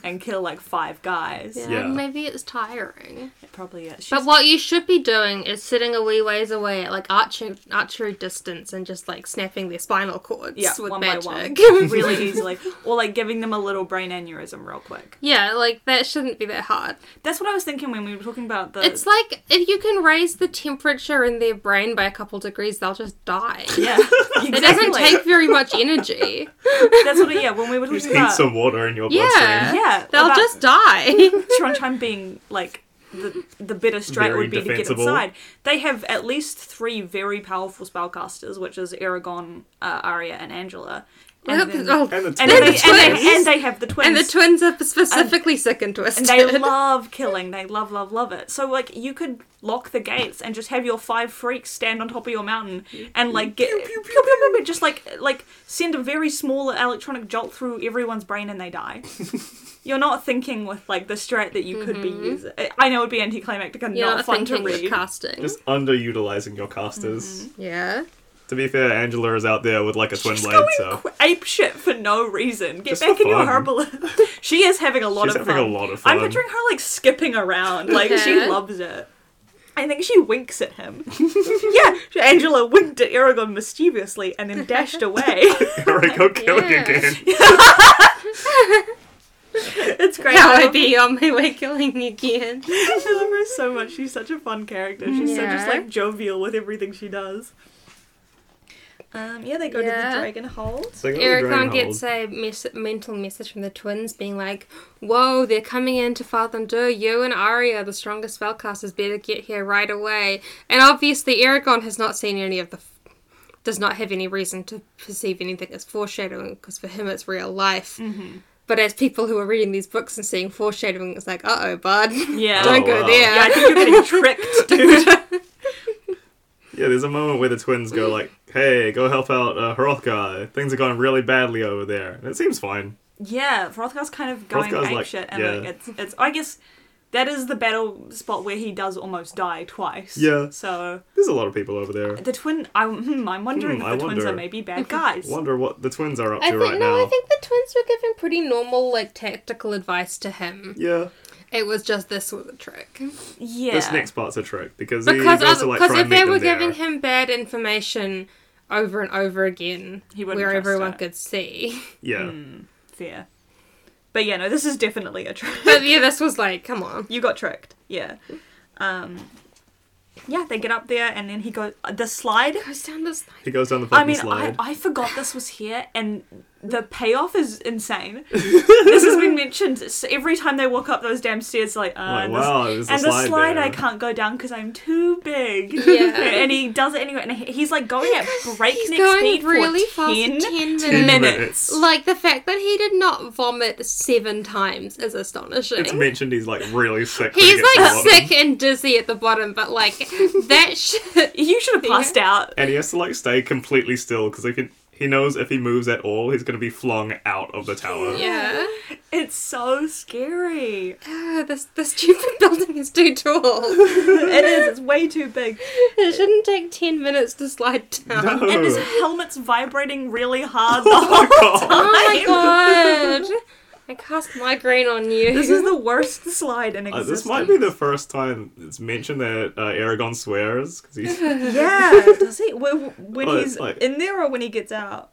Speaker 1: and kill like five guys.
Speaker 3: Yeah,
Speaker 2: Yeah.
Speaker 3: maybe it's tiring.
Speaker 1: It probably is. She's,
Speaker 3: But what you should be doing is sitting a wee ways away at like archery archery distance and just like snapping their spinal cords
Speaker 1: yeah,
Speaker 3: with
Speaker 1: one
Speaker 3: magic.
Speaker 1: by one, really easily, or like giving them a little brain aneurysm real quick.
Speaker 3: yeah, like that shouldn't be that hard.
Speaker 1: That's what I was thinking when we were talking about the.
Speaker 3: It's like if you can raise the temperature in their brain by a couple degrees, they'll just die.
Speaker 1: yeah,
Speaker 3: It
Speaker 1: exactly.
Speaker 3: doesn't take very much energy.
Speaker 1: That's what. Yeah, when we were
Speaker 2: Just
Speaker 1: talking
Speaker 2: heat
Speaker 1: about
Speaker 2: some water in your
Speaker 3: yeah.
Speaker 2: bloodstream.
Speaker 1: Yeah,
Speaker 3: They'll
Speaker 1: about-
Speaker 3: just die.
Speaker 1: Trondheim being like the the better strat
Speaker 2: Very
Speaker 1: would be to get
Speaker 2: defensible.
Speaker 1: inside. They have at least three very powerful spellcasters, which is Aragon, uh, Arya, and Angela. And, then-
Speaker 3: oh,
Speaker 2: And the
Speaker 1: and they,
Speaker 2: twins.
Speaker 1: and, they,
Speaker 3: twins.
Speaker 1: and they have the twins.
Speaker 3: and the twins are specifically sick and
Speaker 1: And
Speaker 3: twisted.
Speaker 1: they love killing. They love, love, love it. So like you could lock the gates and just have your five freaks stand on top of your mountain and like get pew, pew, pew, pew, just like like send a very small electronic jolt through everyone's brain and they die. You're not thinking with like the strat that you could be using. I- I know it'd be anticlimactic and
Speaker 3: You're
Speaker 1: Mm-hmm. not
Speaker 3: not
Speaker 1: fun to
Speaker 3: thinking with
Speaker 1: read.
Speaker 3: casting.
Speaker 2: Just underutilizing your casters.
Speaker 3: yeah.
Speaker 2: To be fair, Angela is out there with like a twin
Speaker 1: Mm-hmm. She's
Speaker 2: blade,
Speaker 1: going
Speaker 2: so
Speaker 1: qu- ape shit for no reason. Get
Speaker 2: Just
Speaker 1: back
Speaker 2: for
Speaker 1: in your
Speaker 2: fun.
Speaker 1: herbalist. she is having a lot
Speaker 2: She's
Speaker 1: of
Speaker 2: having a
Speaker 1: fun.
Speaker 2: lot of
Speaker 1: I'm
Speaker 2: fun.
Speaker 1: picturing her like skipping around, like she
Speaker 3: Okay.
Speaker 1: loves it. I think she winks at him. yeah, Angela winked at Aragon mischievously and then dashed away.
Speaker 2: Eric go killing
Speaker 3: Yeah.
Speaker 2: again.
Speaker 1: it's great.
Speaker 3: How
Speaker 1: I
Speaker 3: I
Speaker 1: love-
Speaker 3: be on my way killing again.
Speaker 1: I love her so much. She's such a fun character. She's so just
Speaker 3: Yeah.
Speaker 1: like jovial with everything she does. Um, yeah, they go to
Speaker 3: Yeah.
Speaker 1: the dragon hold.
Speaker 2: So I got the
Speaker 3: Ericon
Speaker 2: dragon
Speaker 3: gets
Speaker 2: hold.
Speaker 3: a mes- mental message from the twins being like, Whoa, they're coming in to Fathandur. You and Arya, the strongest spellcasters, better get here right away. And obviously, Eragon has not seen any of the. F- does not have any reason to perceive anything as foreshadowing because for him it's real life. But as people who are reading these books and seeing foreshadowing, it's like, uh oh, bud.
Speaker 1: Yeah.
Speaker 3: Don't go
Speaker 2: wow.
Speaker 3: there.
Speaker 1: Yeah, I think you're getting tricked, dude.
Speaker 2: Yeah, there's a moment where the twins go like, "Hey, go help out uh, Hrothgar. Things are going really badly over there." And it seems fine.
Speaker 1: Yeah, Hrothgar's kind of going
Speaker 2: Hrothgar's
Speaker 1: ape
Speaker 2: like-
Speaker 1: shit, and
Speaker 2: yeah.
Speaker 1: like it's it's. I guess that is the battle spot where he does almost die twice.
Speaker 2: Yeah.
Speaker 1: So
Speaker 2: There's a lot of people over there.
Speaker 1: the twin, I, hmm, I'm wondering
Speaker 2: Hmm,
Speaker 1: if
Speaker 2: I
Speaker 1: the twins
Speaker 2: wonder.
Speaker 1: are maybe bad guys.
Speaker 2: Wonder what the twins are up to
Speaker 3: I think,
Speaker 2: right
Speaker 3: no,
Speaker 2: now.
Speaker 3: I think the twins were giving pretty normal, like, tactical advice to him.
Speaker 2: yeah,
Speaker 3: It was just this was a trick.
Speaker 1: yeah.
Speaker 2: this next part's a trick because,
Speaker 3: because
Speaker 2: he goes to
Speaker 3: other,
Speaker 2: like
Speaker 3: because
Speaker 2: try
Speaker 3: if
Speaker 2: and
Speaker 3: they
Speaker 2: meet
Speaker 3: were
Speaker 2: them there.
Speaker 3: giving him bad information over and over again,
Speaker 1: He wouldn't
Speaker 3: where
Speaker 1: trust
Speaker 3: everyone
Speaker 1: it.
Speaker 3: could see.
Speaker 2: yeah,
Speaker 3: Hmm.
Speaker 1: Fair. But yeah, no, this is definitely a trick.
Speaker 3: But yeah, this was like, come on.
Speaker 1: you got tricked. Yeah. Um. Yeah, they get up there, and then he goes the slide.
Speaker 3: Goes down this
Speaker 2: he goes down the fucking
Speaker 1: I mean, I,
Speaker 2: slide.
Speaker 1: I forgot this was here, and the payoff is insane. this has been mentioned so every time they walk up those damn stairs. Like, uh,
Speaker 2: like,
Speaker 1: this-
Speaker 2: wow, there's a
Speaker 1: and the
Speaker 2: slide,
Speaker 1: slide
Speaker 2: there.
Speaker 1: I can't go down because I'm too big.
Speaker 3: Yeah.
Speaker 1: and he does it anyway, and he- he's like going at breakneck
Speaker 3: He's going
Speaker 1: speed
Speaker 3: really
Speaker 1: for
Speaker 3: fast.
Speaker 1: 10,
Speaker 3: Ten, minutes.
Speaker 2: Ten
Speaker 1: minutes.
Speaker 3: Like the fact that he did not vomit seven times is astonishing.
Speaker 2: It's mentioned he's like really sick. when he
Speaker 3: He's
Speaker 2: gets
Speaker 3: like
Speaker 2: to the bottom.
Speaker 3: sick and dizzy at the bottom, but like that shit.
Speaker 1: You should have passed out.
Speaker 2: and he has to like stay completely still because if he, he knows if he moves at all, he's gonna be flung out of the tower.
Speaker 3: Yeah.
Speaker 1: It's so scary.
Speaker 3: Ah, this this stupid building is too tall.
Speaker 1: it is. It's way too big.
Speaker 3: It shouldn't take ten minutes to slide down.
Speaker 2: No.
Speaker 1: And his helmet's vibrating really hard. The whole
Speaker 2: God.
Speaker 1: time.
Speaker 3: Oh my Oh god! I cast migraine on you.
Speaker 1: This is the worst slide in
Speaker 2: Uh,
Speaker 1: existence.
Speaker 2: this might be the first time it's mentioned that uh, Aragon swears because he's
Speaker 1: Yeah, does he? When, when
Speaker 2: Oh, it's
Speaker 1: he's
Speaker 2: like-
Speaker 1: in there or when he gets out?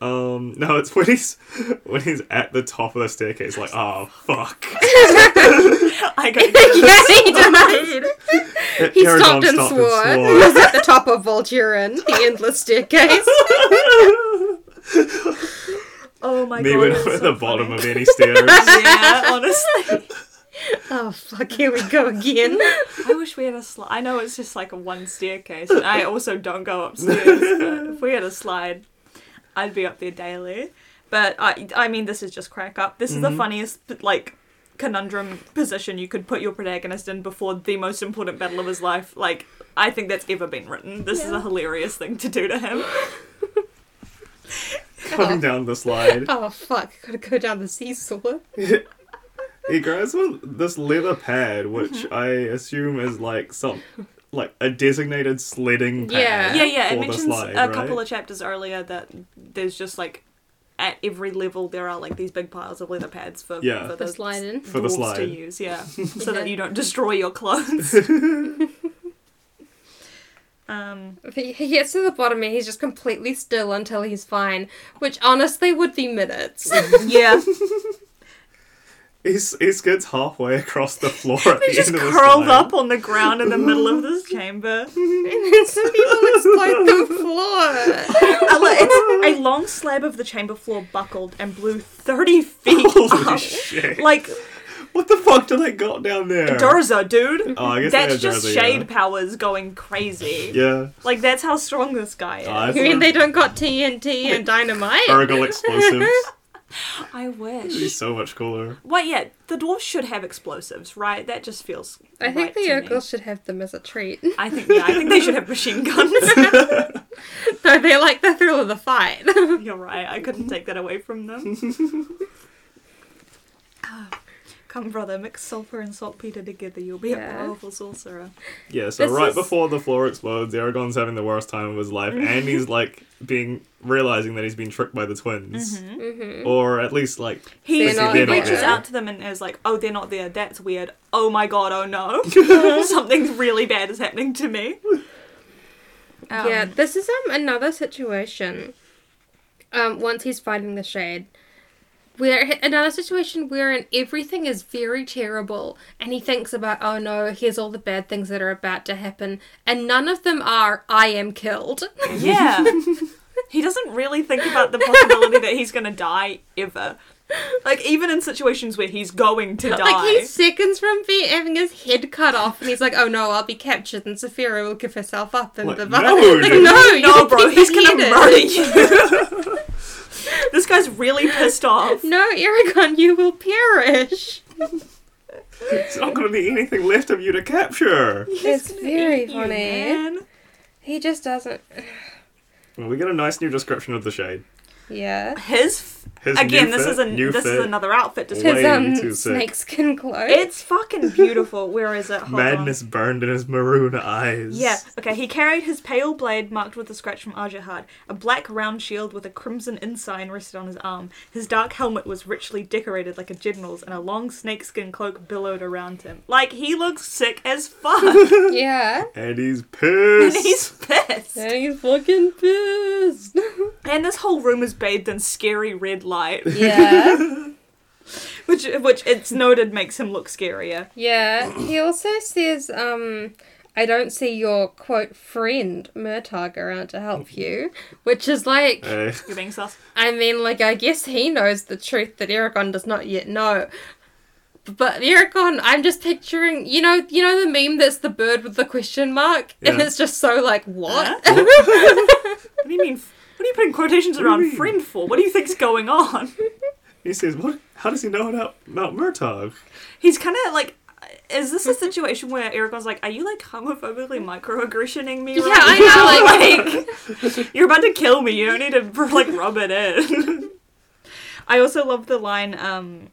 Speaker 2: um no it's when he's when he's at the top of the staircase like oh fuck
Speaker 1: I go.
Speaker 3: yeah, he died. He
Speaker 2: Aragorn
Speaker 3: stopped and swore. He was at the top of Volturin, the endless staircase.
Speaker 1: Oh my
Speaker 2: me
Speaker 1: god.
Speaker 2: when I'm
Speaker 1: that's
Speaker 2: at
Speaker 1: so
Speaker 2: the bottom
Speaker 1: funny.
Speaker 2: of any stairs
Speaker 1: Yeah, honestly.
Speaker 3: Oh fuck! Here we go again.
Speaker 1: I wish we had a slide. I know it's just like a one staircase. And I also don't go upstairs. But if we had a slide, I'd be up there daily. But I, I mean, this is just crack up. This is
Speaker 2: Mm-hmm.
Speaker 1: the funniest like conundrum position you could put your protagonist in before the most important battle of his life. Like I think that's ever been written. This is a hilarious thing to do to him.
Speaker 2: coming down the slide
Speaker 3: Oh fuck! Gotta go down the seesaw.
Speaker 2: he grabs one, this leather pad, which
Speaker 1: Mm-hmm.
Speaker 2: I assume is like some like a designated sledding pad.
Speaker 1: Yeah, yeah.
Speaker 2: for
Speaker 1: It
Speaker 2: the
Speaker 1: mentions
Speaker 2: slide,
Speaker 1: a
Speaker 2: right?
Speaker 1: couple of chapters earlier that there's just like at every level there are like these big piles of leather pads for
Speaker 2: Yeah.
Speaker 1: for
Speaker 3: For
Speaker 1: the
Speaker 3: sliding.
Speaker 2: For the
Speaker 1: dwarves
Speaker 2: slide.
Speaker 1: to use. Yeah, so
Speaker 3: Yeah.
Speaker 1: that you don't destroy your clothes. um,
Speaker 3: He he gets to the bottom and he's just completely still until he's fine, which honestly would be minutes.
Speaker 1: yeah,
Speaker 2: He's he skids halfway across the floor at the
Speaker 1: he's just
Speaker 2: end of the
Speaker 1: curled
Speaker 2: slide.
Speaker 1: up on the ground in the middle of this chamber.
Speaker 3: and then some
Speaker 1: Oh,
Speaker 3: people explode the floor.
Speaker 1: a, lo- it's a long slab of the chamber floor buckled and blew 30 feet
Speaker 2: Holy
Speaker 1: up.
Speaker 2: shit!
Speaker 1: Like,
Speaker 2: what the fuck do they got down there?
Speaker 1: Durza, dude.
Speaker 2: Oh, I guess
Speaker 1: that's
Speaker 2: they are
Speaker 1: just
Speaker 2: Durza,
Speaker 1: shade powers going crazy.
Speaker 2: Yeah.
Speaker 1: Like, that's how strong this guy is.
Speaker 2: yeah. Uh,
Speaker 3: You mean they don't got TNT and dynamite?
Speaker 2: Urgle explosives.
Speaker 1: I
Speaker 2: It'd be
Speaker 1: wish.
Speaker 2: so much cooler.
Speaker 1: Wait, yeah, the dwarves should have explosives, right? That just feels.
Speaker 3: I think
Speaker 1: right
Speaker 3: the
Speaker 1: to me.
Speaker 3: Yurgles should have them as a treat.
Speaker 1: I think, yeah, I think they should have machine guns.
Speaker 3: No, they like the thrill of the fight.
Speaker 1: You're right, I couldn't take that away from them. Ah, Come, brother, mix sulfur and saltpeter together. You'll be
Speaker 3: Yeah.
Speaker 1: a powerful sorcerer.
Speaker 2: Yeah, so
Speaker 3: This
Speaker 2: right
Speaker 3: is-
Speaker 2: before the floor explodes, Aragon's having the worst time of his life,
Speaker 1: Mm-hmm.
Speaker 2: and he's like being realizing that he's been tricked by the twins,
Speaker 1: Mm-hmm.
Speaker 2: or at least like
Speaker 1: He,
Speaker 3: They're not
Speaker 1: he
Speaker 3: there.
Speaker 1: reaches
Speaker 2: Yeah.
Speaker 1: out to them and is like, "Oh, they're not there. That's weird. Oh my god. Oh no, something really bad is happening to me." Um,
Speaker 3: yeah, this is um another situation. Um, once he's fighting the shade, where another situation wherein everything is very terrible, and he thinks about, oh no, here's all the bad things that are about to happen, and none of them are. I am killed.
Speaker 1: yeah. he doesn't really think about the possibility that he's gonna die ever. Like even in situations where he's going to die.
Speaker 3: Like he's seconds from being having his head cut off, and he's like, "Oh no, I'll be captured." And Saphira will give herself up, and
Speaker 2: Like,
Speaker 3: the
Speaker 2: no,
Speaker 3: like,
Speaker 2: dude.
Speaker 3: no,
Speaker 1: no,
Speaker 3: you'll
Speaker 1: bro,
Speaker 3: be
Speaker 1: he's gonna
Speaker 3: beheaded."
Speaker 1: murder you. this guy's really pissed off.
Speaker 3: No, Aragon, you will perish.
Speaker 2: it's not going to be anything left of you to capture.
Speaker 3: It's very
Speaker 1: Eat you, man.
Speaker 3: He just doesn't.
Speaker 2: Well, we get a nice new description of the shade.
Speaker 3: Yeah.
Speaker 1: His f-
Speaker 2: His
Speaker 1: again,
Speaker 2: new
Speaker 1: this
Speaker 2: fit,
Speaker 1: is an
Speaker 2: new
Speaker 1: this
Speaker 2: fit,
Speaker 1: is another outfit description.
Speaker 3: His
Speaker 2: Way
Speaker 3: um,
Speaker 2: too sick.
Speaker 3: snakeskin clothes.
Speaker 1: It's fucking beautiful. Where is it? Hold
Speaker 2: madness burned in his maroon eyes.
Speaker 1: On. Yeah. Okay. He carried his pale blade marked with a scratch from Arjahad, a black round shield with a crimson ensign rested on his arm. His dark helmet was richly decorated like a general's, and a long snakeskin cloak billowed around him. Like he looks sick as fuck.
Speaker 3: yeah.
Speaker 2: and he's
Speaker 1: and
Speaker 2: pissed.
Speaker 1: he's pissed.
Speaker 3: And he's fucking pissed.
Speaker 1: And this whole room is bathed in scary red light,
Speaker 3: yeah.
Speaker 1: which which it's noted makes him look scarier.
Speaker 3: Yeah. He also says, um, I don't see your quote friend Murtag around to help you, which is like,
Speaker 2: Hey.
Speaker 1: You're being sus.
Speaker 3: I mean, like I guess he knows the truth that Eragon does not yet know. But Eragon, I'm just picturing, you know, you know the meme that's the bird with the question mark, and
Speaker 2: Yeah.
Speaker 3: it's just so like what?
Speaker 1: Huh? What do you mean? What are you putting quotations
Speaker 2: do you
Speaker 1: around
Speaker 2: mean?
Speaker 1: friend for? What do you think's going on?
Speaker 2: He says, "What? How does he know about Mount Murtog?"
Speaker 1: He's kind of like, uh, is this a situation where Eragon's like, are you like homophobically microaggressioning me?
Speaker 3: Yeah,
Speaker 1: right
Speaker 3: I
Speaker 1: now? like, you're about to kill me. You don't need to like rub it in. I also love the line. Um,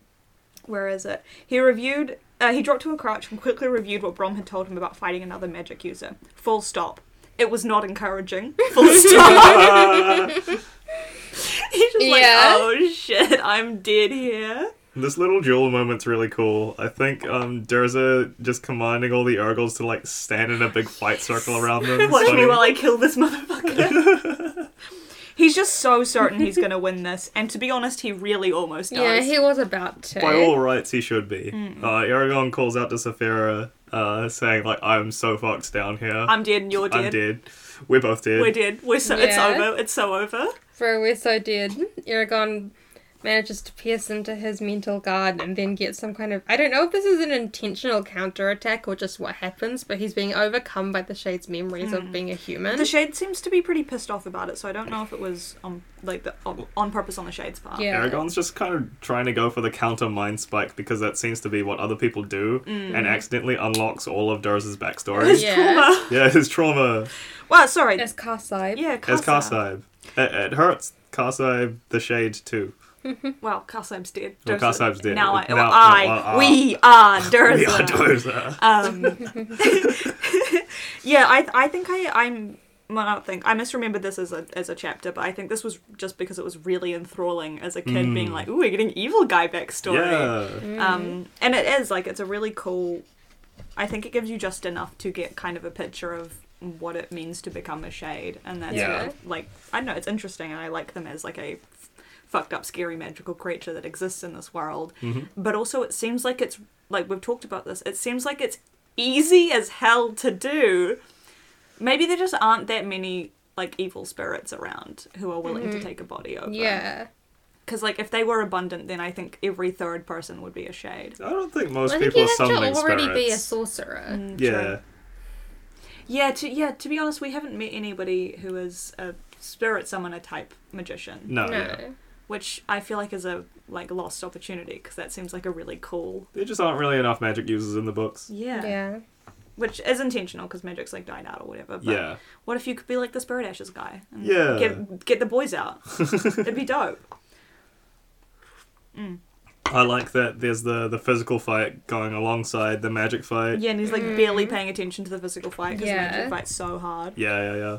Speaker 1: where is it? He reviewed. Uh, he dropped to a crouch and quickly reviewed what Brom had told him about fighting another magic user. Full stop. It was not encouraging. Full stop.
Speaker 2: Ah,
Speaker 1: He's just like,
Speaker 3: Yeah.
Speaker 1: oh shit, I'm dead here.
Speaker 2: this little duel moment's really cool. I think um, Durza just commanding all the Urgles to like stand in a big fight circle around them. It's
Speaker 1: Watch me
Speaker 2: funny.
Speaker 1: while I kill this motherfucker. he's just so certain he's gonna win this, and to be honest, he really almost
Speaker 3: Yeah,
Speaker 1: does.
Speaker 3: he was about to.
Speaker 2: By all rights, he should be.
Speaker 3: Hmm.
Speaker 2: Uh, Aragon calls out to Saphira, uh, saying like, "I'm so fucked down here.
Speaker 1: I'm dead and you're
Speaker 2: I'm
Speaker 1: dead.
Speaker 2: We're both dead."
Speaker 1: We're dead. We're so it's
Speaker 3: Yeah.
Speaker 1: over. It's so over.
Speaker 3: Bro, we're so dead. Aragon manages to pierce into his mental guard and then gets some kind of. I don't know if this is an intentional counterattack or just what happens, but he's being overcome by the Shade's memories of being a human.
Speaker 1: Hmm. The shade seems to be pretty pissed off about it, so I don't know if it was on like the on, on purpose on the shade's part.
Speaker 3: Yeah.
Speaker 2: Aragon's just kind of trying to go for the counter mind spike because that seems to be what other people do, and accidentally unlocks all of Durza's backstory.
Speaker 1: His
Speaker 3: Hmm. Yeah.
Speaker 1: trauma.
Speaker 2: yeah, his trauma.
Speaker 1: Well, sorry.
Speaker 3: As Karsai.
Speaker 1: yeah,
Speaker 2: As
Speaker 1: Casa.
Speaker 2: Karsaib. It, it hurts Karsaib the Shade too.
Speaker 1: Well, Karsab's dead.
Speaker 2: Well,
Speaker 1: Durza-
Speaker 2: Karsab's dead.
Speaker 1: Now I,
Speaker 2: Now-
Speaker 1: well,
Speaker 2: now
Speaker 1: I,
Speaker 2: I-
Speaker 1: we are
Speaker 2: We are
Speaker 1: Durza.
Speaker 2: Dozer.
Speaker 1: Um, yeah, I I think I I'm well, I don't think I misremembered this as a as a chapter, but I think this was just because it was really enthralling as a kid, being like, "Ooh, we're getting evil guy backstory."
Speaker 2: Hmm. Yeah.
Speaker 1: Um, and it is like it's a really cool. I think it gives you just enough to get kind of a picture of what it means to become a shade, and that's
Speaker 2: Yeah.
Speaker 1: what- like I don't know, it's interesting, and I like them as like a f- fucked up, scary, magical creature that exists in this world.
Speaker 2: Mm-hmm.
Speaker 1: But also, it seems like it's like we've talked about this. It seems like it's easy as hell to do. Maybe there just aren't that many like evil spirits around who are willing to take a body over.
Speaker 3: Yeah.
Speaker 1: Because like if they were abundant, then I think every third person would be a shade.
Speaker 2: I don't think most
Speaker 3: I think
Speaker 2: people
Speaker 3: you
Speaker 2: are
Speaker 3: have
Speaker 2: summoning
Speaker 3: to already
Speaker 2: spirits.
Speaker 3: be a sorcerer.
Speaker 1: Mm,
Speaker 2: yeah.
Speaker 1: true. Yeah. To yeah. To be honest, we haven't met anybody who is a spirit summoner type magician,
Speaker 2: No,
Speaker 3: no.
Speaker 2: Mm. yeah.
Speaker 1: which I feel like is a like lost opportunity because that seems like a really cool.
Speaker 2: There just aren't really enough magic users in the books.
Speaker 1: Yeah.
Speaker 3: yeah.
Speaker 1: Which is intentional because magic's like died out or whatever. But
Speaker 2: Yeah.
Speaker 1: What if you could be like the spirit ashes guy? And
Speaker 2: Yeah.
Speaker 1: Get get the boys out. It'd be dope.
Speaker 2: I like that there's the, the physical fight going alongside the magic fight.
Speaker 1: Yeah, and he's like barely paying attention to the physical fight because
Speaker 3: Mm. Yeah.
Speaker 1: magic fights so hard,
Speaker 2: Yeah, yeah, yeah.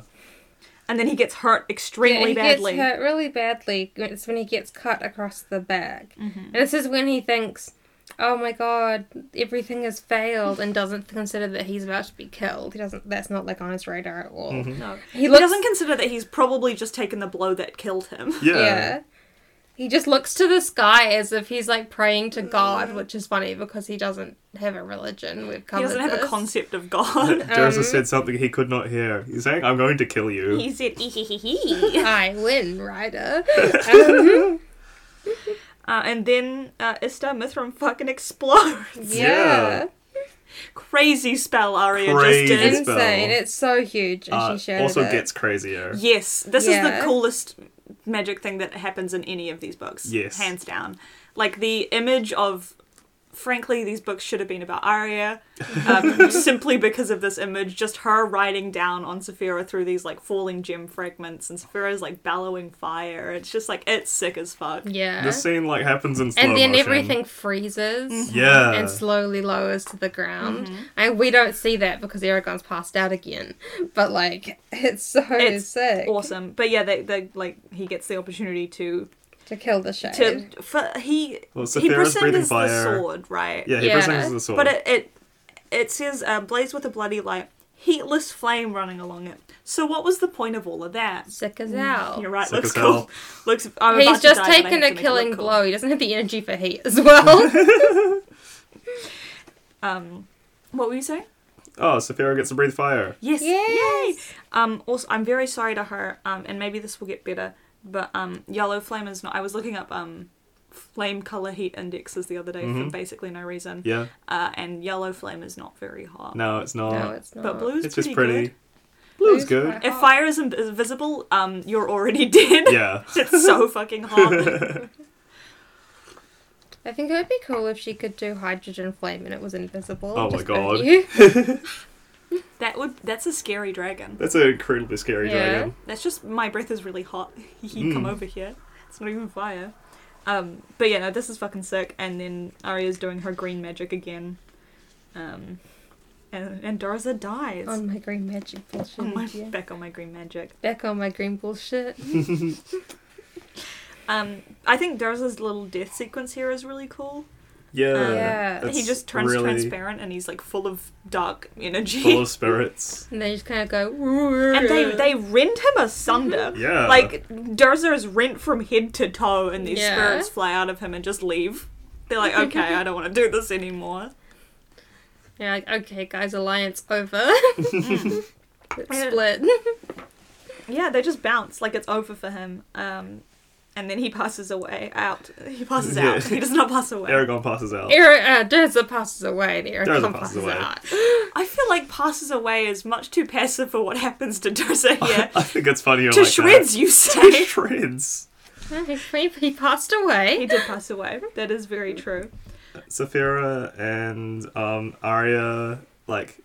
Speaker 1: and then he gets hurt
Speaker 3: Yeah,
Speaker 1: extremely
Speaker 3: he
Speaker 1: badly.
Speaker 3: gets hurt really badly. It's when he gets cut across the back.
Speaker 1: Mm-hmm.
Speaker 3: And this is when he thinks, "Oh my god, everything has failed," and doesn't consider that he's about to be killed. He doesn't. That's not like on his radar at all.
Speaker 2: Mm-hmm.
Speaker 1: No.
Speaker 3: He
Speaker 1: He
Speaker 3: looks.
Speaker 1: doesn't consider that he's probably just taken the blow that killed him.
Speaker 2: Yeah.
Speaker 3: yeah. He just looks to the sky as if he's like praying to God, which is funny because he doesn't have a religion. We've
Speaker 1: He
Speaker 3: covered
Speaker 1: doesn't have a
Speaker 3: this.
Speaker 1: concept of God.
Speaker 2: Durza
Speaker 3: um,
Speaker 2: said something he could not hear. He's saying, I'm going to kill you.
Speaker 1: he said, "Ee hee hee hee."
Speaker 3: I win, Ryder. Um,
Speaker 1: Uh, and then uh, Istar Mithram fucking explodes.
Speaker 2: Yeah.
Speaker 3: yeah.
Speaker 1: Crazy spell Arya
Speaker 2: Crazy.
Speaker 1: just did.
Speaker 2: It's
Speaker 3: Insane.
Speaker 2: Belle.
Speaker 3: It's so huge. And
Speaker 2: Uh,
Speaker 3: she showed
Speaker 2: also
Speaker 3: it.
Speaker 2: gets crazier.
Speaker 1: Yes, this is
Speaker 3: Yeah.
Speaker 1: the coolest magic thing that happens in any of these books.
Speaker 2: Yes.
Speaker 1: Hands down. Like the image of. Frankly, these books should have been about Arya, um, simply because of this image. Just her riding down on Saphira through these like falling gem fragments, and Saphira's like bellowing fire. It's just like it's sick as fuck.
Speaker 3: Yeah.
Speaker 2: This scene like happens in slow
Speaker 3: and then
Speaker 2: motion.
Speaker 3: everything freezes
Speaker 2: Yeah.
Speaker 3: and slowly lowers to the ground. And we don't see that because Aragon's passed out again. But like, it's so
Speaker 1: It's
Speaker 3: sick
Speaker 1: Awesome, but yeah, they, they like he gets the opportunity to
Speaker 3: to kill the shade.
Speaker 1: to for, he
Speaker 2: Well,
Speaker 1: he
Speaker 2: Saphira's breathing
Speaker 1: presents the
Speaker 2: fire.
Speaker 1: sword, right?
Speaker 2: Yeah, he
Speaker 3: Yeah.
Speaker 2: presents the sword.
Speaker 1: But it it, it says uh, blaze with a bloody light, heatless flame running along it. So what was the point of all of that?
Speaker 3: Sick as hell.
Speaker 1: Mm. You're right.
Speaker 2: Sick
Speaker 1: looks
Speaker 2: as
Speaker 1: cool.
Speaker 2: hell.
Speaker 1: Looks. I'm about
Speaker 3: He's
Speaker 1: to
Speaker 3: just
Speaker 1: die, but I have
Speaker 3: taken
Speaker 1: to
Speaker 3: a
Speaker 1: make it
Speaker 3: killing
Speaker 1: look cool.
Speaker 3: blow. He doesn't have the energy for heat as well.
Speaker 1: Um, what were you saying?
Speaker 2: oh, Saphira gets to breathe fire.
Speaker 1: Yes.
Speaker 3: Yes.
Speaker 1: Yay. Um. Also, I'm very sorry to her. Um. And maybe this will get better. But um, yellow flame is not. I was looking up um, flame color heat indexes the other day for
Speaker 2: Mhm.
Speaker 1: basically no reason.
Speaker 2: Yeah.
Speaker 1: Uh. And yellow flame is not very hot.
Speaker 2: No, it's not.
Speaker 3: no, it's not.
Speaker 1: But blue's
Speaker 2: it's just
Speaker 1: pretty.
Speaker 2: pretty.
Speaker 1: good.
Speaker 2: Blue's good.
Speaker 3: fine.
Speaker 1: If fire is inv- invisible, um, you're already dead.
Speaker 2: Yeah.
Speaker 1: it's so fucking hot.
Speaker 3: I think it would be cool if she could do hydrogen flame and it was invisible.
Speaker 2: Oh my
Speaker 3: Just don't
Speaker 2: God.
Speaker 3: you?
Speaker 1: that would that's a scary dragon.
Speaker 2: That's an incredibly scary
Speaker 3: Yeah.
Speaker 2: dragon.
Speaker 1: That's just my breath is really hot. you come
Speaker 2: Mm.
Speaker 1: over here. It's not even fire. Um, but yeah, no, this is fucking sick. And then Arya's doing her green magic again. Um, and, and Darza dies.
Speaker 3: On my green magic bullshit.
Speaker 1: On my-
Speaker 3: Oh, yeah.
Speaker 1: Back on my green magic.
Speaker 3: Back on my green bullshit.
Speaker 1: Um, I think Darza's little death sequence here is really cool.
Speaker 2: Yeah.
Speaker 1: Um,
Speaker 3: Oh, Yeah.
Speaker 2: That's
Speaker 1: he just turns
Speaker 2: really
Speaker 1: transparent and he's like full of dark energy.
Speaker 2: Full of spirits.
Speaker 3: And they just kind of go.
Speaker 1: and they they rend him asunder.
Speaker 2: Yeah.
Speaker 1: Like Durza is rent from head to toe, and these
Speaker 3: Yeah.
Speaker 1: spirits fly out of him and just leave. They're like, okay, I don't want to do this anymore.
Speaker 3: Yeah, like, okay, guys, alliance over. Let's
Speaker 1: Yeah.
Speaker 3: split.
Speaker 1: Yeah, they just bounce like it's over for him. Um, and then he passes away out. He passes
Speaker 2: Yeah.
Speaker 1: out. He does not pass away.
Speaker 2: Aragon passes out.
Speaker 3: Era, uh, Durza passes away. and Eric
Speaker 2: Durza
Speaker 3: Khan
Speaker 2: passes
Speaker 3: passes,
Speaker 2: away.
Speaker 3: out.
Speaker 1: I feel like passes away is much too passive for what happens to Durza here.
Speaker 2: I think it's funnier
Speaker 1: to
Speaker 2: like
Speaker 1: shreds,
Speaker 2: that.
Speaker 1: you say?
Speaker 2: shreds.
Speaker 3: Hey, He, he passed
Speaker 1: he
Speaker 3: away.
Speaker 1: did pass away. That is very true.
Speaker 2: Saphira and um, Arya like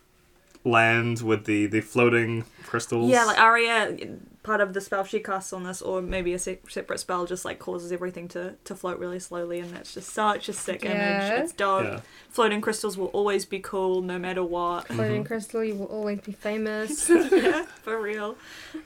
Speaker 2: land with the the floating crystals.
Speaker 1: Yeah, like Arya part of the spell she casts on this, or maybe a se- separate spell, just like causes everything to, to float really slowly, and that's just such a sick
Speaker 3: Yeah.
Speaker 1: image. It's dope.
Speaker 2: Yeah.
Speaker 1: Floating crystals will always be cool, no matter what.
Speaker 3: Floating crystal, you will always be famous.
Speaker 1: yeah, for real.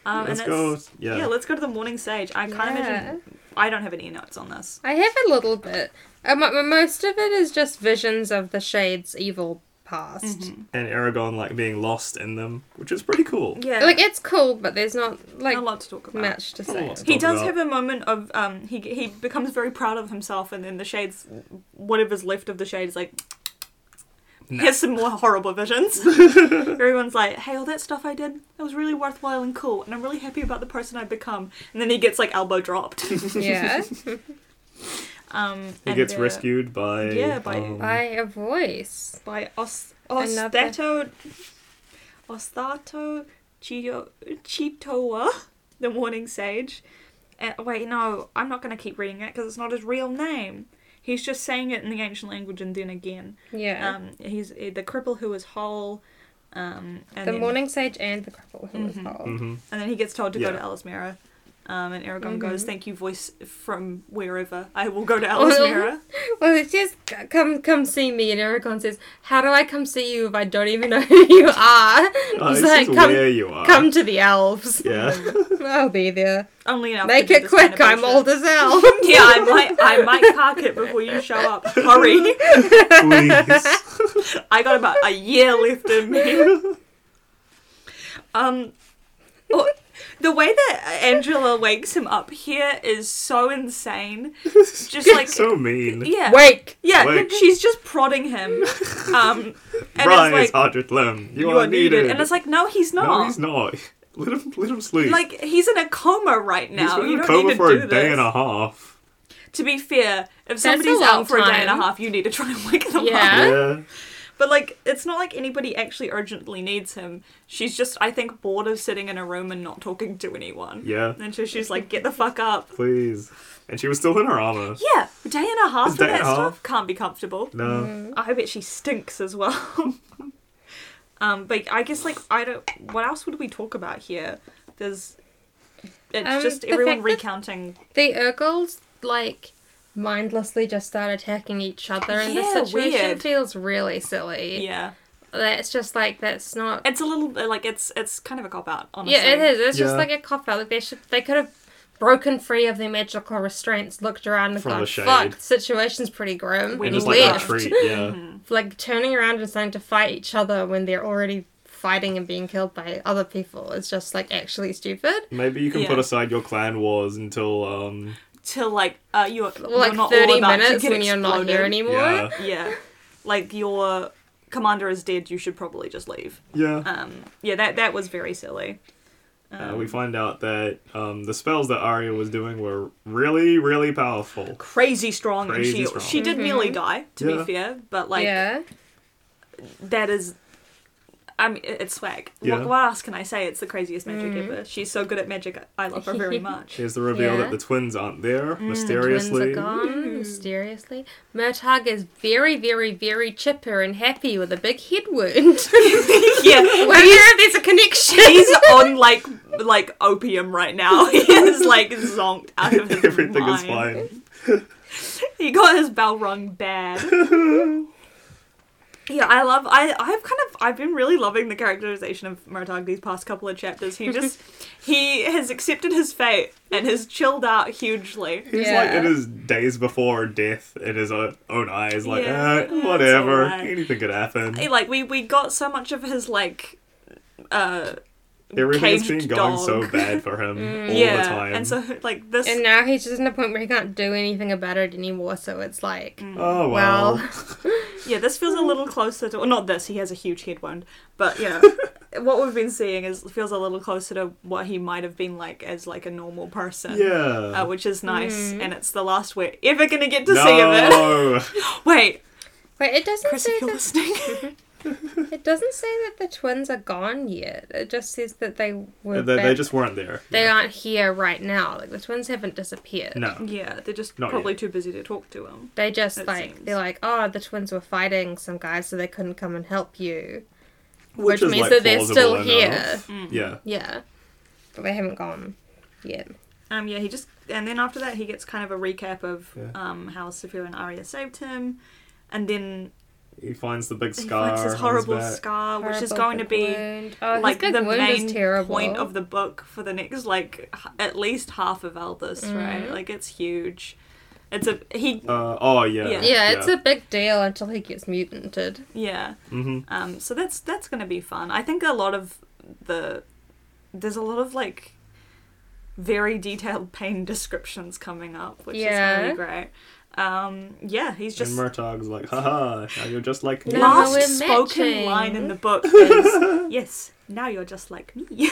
Speaker 1: Um,
Speaker 2: Let's
Speaker 1: and
Speaker 2: go.
Speaker 1: it's-
Speaker 2: Yeah.
Speaker 1: let's go to the morning sage. I can't
Speaker 3: Yeah.
Speaker 1: imagine. I don't have any notes on this.
Speaker 3: I have a little bit. Um, mo- most of it is just visions of the Shade's evil past.
Speaker 1: Mm-hmm.
Speaker 2: and Aragon like being lost in them, which is pretty cool.
Speaker 1: Yeah,
Speaker 3: Like it's cool, but there's not like
Speaker 1: a lot to talk about.
Speaker 3: much to say.
Speaker 2: lot to
Speaker 1: He
Speaker 2: talk
Speaker 1: does have
Speaker 2: about.
Speaker 1: a moment of um he he becomes very proud of himself and then the shades whatever's left of the shade is like
Speaker 2: Nah.
Speaker 1: here's some more horrible visions. Everyone's like, Hey all that stuff I did, that was really worthwhile and cool and I'm really happy about the person I've become and then he gets like elbow dropped.
Speaker 3: yeah,
Speaker 1: Um
Speaker 2: He
Speaker 1: and,
Speaker 2: gets
Speaker 1: uh,
Speaker 2: rescued by
Speaker 1: yeah, by-
Speaker 2: um,
Speaker 3: by a voice.
Speaker 1: by Os
Speaker 3: Another-
Speaker 1: Ostato Ostato Chito, Chitoa, the Morning Sage. Uh, wait, no, I'm not going to keep reading it because it's not his real name. He's just saying it in the ancient language and then again.
Speaker 3: Yeah,
Speaker 1: Um, he's uh, the cripple who is whole. Um, and Mm-hmm.
Speaker 3: the
Speaker 1: then,
Speaker 3: morning sage and the cripple who was whole.
Speaker 2: mhm.
Speaker 1: and then he gets told to go
Speaker 2: Yeah.
Speaker 1: to Elismera. Um, and Aragon
Speaker 3: Mhm.
Speaker 1: goes, "Thank you, voice from wherever. I will go to Elismera."
Speaker 3: Well, it says, "C- "Come, come see me," and Aragon says, "How do I come see you if I don't even know who you are?"
Speaker 2: Oh,
Speaker 3: He's
Speaker 2: this
Speaker 3: like,
Speaker 2: is
Speaker 3: "Come,
Speaker 2: where you are.
Speaker 3: come to the elves.
Speaker 2: Yeah.
Speaker 3: I'll be there.
Speaker 1: Only enough.
Speaker 3: Make it quick. I'm old as hell."
Speaker 1: yeah, I might, I might park it before you show up. Hurry!
Speaker 2: Please.
Speaker 1: I got about a year left in me. Um, oh, the way that Angela wakes him up here is so insane. Just like
Speaker 2: so mean.
Speaker 1: yeah,
Speaker 3: Wake.
Speaker 1: yeah,
Speaker 2: Wake.
Speaker 1: she's just prodding him. Um, and
Speaker 2: Rise,
Speaker 1: it's like
Speaker 2: Ardred Lim. You,
Speaker 1: you
Speaker 2: are,
Speaker 1: are needed, and it's like no, he's not.
Speaker 2: no, he's not. Let him, let him sleep.
Speaker 1: Like he's in a coma right
Speaker 2: he's
Speaker 1: now.
Speaker 2: been
Speaker 1: you
Speaker 2: in a
Speaker 1: don't
Speaker 2: coma
Speaker 1: need to
Speaker 2: for
Speaker 1: do
Speaker 2: a
Speaker 1: this.
Speaker 2: day and a half.
Speaker 1: To be fair, if
Speaker 3: a
Speaker 1: somebody's
Speaker 3: long
Speaker 1: out for a day and a
Speaker 3: time.
Speaker 1: half, you need to try and wake them up.
Speaker 3: Yeah.
Speaker 2: Yeah.
Speaker 1: But like, it's not like anybody actually urgently needs him. She's just, I think, bored of sitting in a room and not talking to anyone.
Speaker 2: Yeah.
Speaker 1: And so she's like, get the fuck up.
Speaker 2: Please. And she was still in her armor.
Speaker 1: Yeah, a day and a half of
Speaker 2: Day and
Speaker 1: that
Speaker 2: a half.
Speaker 1: stuff can't be comfortable.
Speaker 2: No.
Speaker 1: I bet she stinks as well. um, but I guess like I don't. What else would we talk about here? There's. It's
Speaker 3: Um,
Speaker 1: just
Speaker 3: the
Speaker 1: everyone
Speaker 3: fact that-
Speaker 1: recounting.
Speaker 3: The Urgles, like, mindlessly just start attacking each other, and
Speaker 1: Yeah,
Speaker 3: the situation
Speaker 1: weird.
Speaker 3: feels really silly.
Speaker 1: Yeah,
Speaker 3: That's just like, that's not.
Speaker 1: it's a little bit like it's it's kind of a cop out. Honestly,
Speaker 3: yeah, it is. It's just
Speaker 2: Yeah.
Speaker 3: like a cop out. Like, they should, they could have broken free of their magical restraints, looked around, and
Speaker 2: From the
Speaker 3: gone,
Speaker 2: shade.
Speaker 3: fuck, the situation's pretty grim.
Speaker 1: We Mm-hmm. And
Speaker 2: And just
Speaker 1: he
Speaker 2: like
Speaker 1: a
Speaker 3: left.
Speaker 1: left.
Speaker 2: retreat. Yeah.
Speaker 3: Like, turning around and starting to fight each other when they're already fighting and being killed by other people is just, like, actually stupid.
Speaker 2: Maybe you can
Speaker 1: Yeah.
Speaker 2: put aside your clan wars until um
Speaker 1: Till like uh, you're,
Speaker 3: Well,
Speaker 1: you're
Speaker 3: Like,
Speaker 1: not
Speaker 3: 30
Speaker 1: all about
Speaker 3: minutes
Speaker 1: to
Speaker 3: when
Speaker 1: get
Speaker 3: you're not here
Speaker 1: exploded.
Speaker 3: anymore.
Speaker 2: yeah.
Speaker 1: yeah like your commander is dead you should probably just leave
Speaker 2: Yeah.
Speaker 1: um yeah that that was very silly Uh-uh.
Speaker 2: Uh, we find out that um, the spells that Arya was doing were really, really powerful.
Speaker 1: crazy strong
Speaker 2: Crazy
Speaker 1: and she
Speaker 2: strong.
Speaker 1: she did nearly die to
Speaker 2: Yeah.
Speaker 1: be fair but like
Speaker 3: yeah.
Speaker 1: that is I mean, it- it's swag.
Speaker 2: Yeah.
Speaker 1: What, what else can I say? It's the craziest magic ever. She's so good at magic. I love her very much.
Speaker 2: Here's the reveal
Speaker 3: Yeah.
Speaker 2: that the twins aren't
Speaker 1: Mm,
Speaker 2: there,
Speaker 3: Twins
Speaker 2: mysteriously.
Speaker 3: are
Speaker 1: Mm-hmm.
Speaker 3: gone, mysteriously. Murtagh is very, very, very chipper and happy with a big head wound.
Speaker 1: yeah,
Speaker 3: Wonder if there's a connection.
Speaker 1: he's on like like opium right now. He is like zonked out of his
Speaker 2: Everything
Speaker 1: mind.
Speaker 2: is fine.
Speaker 1: He got his bell rung bad. yeah, I love. I I've kind of I've been really loving the characterization of Murtagh these past couple of chapters. He just he has accepted his fate and has chilled out hugely.
Speaker 2: He's
Speaker 3: Yeah.
Speaker 2: like in his days before death in his own, own eyes, like,
Speaker 1: Yeah.
Speaker 2: eh,
Speaker 1: Yeah, it's
Speaker 2: whatever,
Speaker 1: alright.
Speaker 2: anything could happen.
Speaker 1: Hey, Like we we got so much of his like. Uh,
Speaker 2: Everything's been
Speaker 1: caged
Speaker 2: going so
Speaker 1: dog. Mm,
Speaker 2: bad for him all
Speaker 1: yeah,
Speaker 2: the time.
Speaker 1: and so like this,
Speaker 3: and now he's just in a point where he can't do anything about it anymore, so it's like,
Speaker 1: Mm.
Speaker 2: oh well.
Speaker 3: well,
Speaker 1: yeah, this feels a little closer to. Well, not this. He has a huge head wound, but you know, what we've been seeing is feels a little closer to what he might have been like as like a normal person.
Speaker 2: Yeah.
Speaker 1: uh, which is nice, and it's the last we're ever gonna get to see of it.
Speaker 2: no.
Speaker 1: Wait,
Speaker 3: wait, it doesn't
Speaker 1: Chris,
Speaker 3: say
Speaker 1: if you're
Speaker 3: that,
Speaker 1: listening,
Speaker 3: it doesn't say that the twins are gone yet. It just says that they were.
Speaker 2: they, they
Speaker 3: back-
Speaker 2: just weren't there.
Speaker 3: They
Speaker 2: Yeah.
Speaker 3: aren't here right now. Like the twins haven't disappeared.
Speaker 2: No.
Speaker 1: yeah, they're just
Speaker 2: Not
Speaker 1: probably
Speaker 2: yet.
Speaker 1: too busy to talk to him.
Speaker 3: They just
Speaker 1: It
Speaker 3: like
Speaker 1: seems.
Speaker 3: they're like, oh, the twins were fighting some guys, so they couldn't come and help you,
Speaker 2: Which,
Speaker 3: which,
Speaker 2: is,
Speaker 3: means
Speaker 2: like,
Speaker 3: that they're still
Speaker 1: Mm.
Speaker 2: plausible
Speaker 3: here.
Speaker 2: enough. Yeah.
Speaker 3: Yeah. but they haven't gone yet.
Speaker 1: Um, yeah, he just and then after that he gets kind of a recap of
Speaker 2: Yeah.
Speaker 1: um, how Sophia and Arya saved him, and then
Speaker 2: He finds the big
Speaker 1: he
Speaker 2: scar.
Speaker 1: finds his
Speaker 2: on
Speaker 1: horrible
Speaker 2: back.
Speaker 1: scar, Oh, which is
Speaker 3: Horrible
Speaker 1: going to
Speaker 3: big
Speaker 1: be
Speaker 3: wound. Oh, his
Speaker 1: like
Speaker 3: big
Speaker 1: the
Speaker 3: wound
Speaker 1: main
Speaker 3: is terrible.
Speaker 1: point of the book for the next like h- at least half of Aldous, right?
Speaker 3: Mhm.
Speaker 1: Like it's huge. It's a he
Speaker 2: Uh, oh yeah.
Speaker 1: Yeah.
Speaker 3: yeah, it's a big deal until he gets mutated.
Speaker 1: yeah.
Speaker 2: hmm
Speaker 1: Um, so that's that's gonna be fun. I think a lot of the there's a lot of like very detailed pain descriptions coming up, which
Speaker 3: Yeah.
Speaker 1: is gonna be great. Um, yeah, he's just
Speaker 2: And Murtog's like, haha, now you're just like me.
Speaker 3: No,
Speaker 1: last
Speaker 3: we're
Speaker 1: spoken
Speaker 3: matching.
Speaker 1: line in the book is yes, now you're just like me,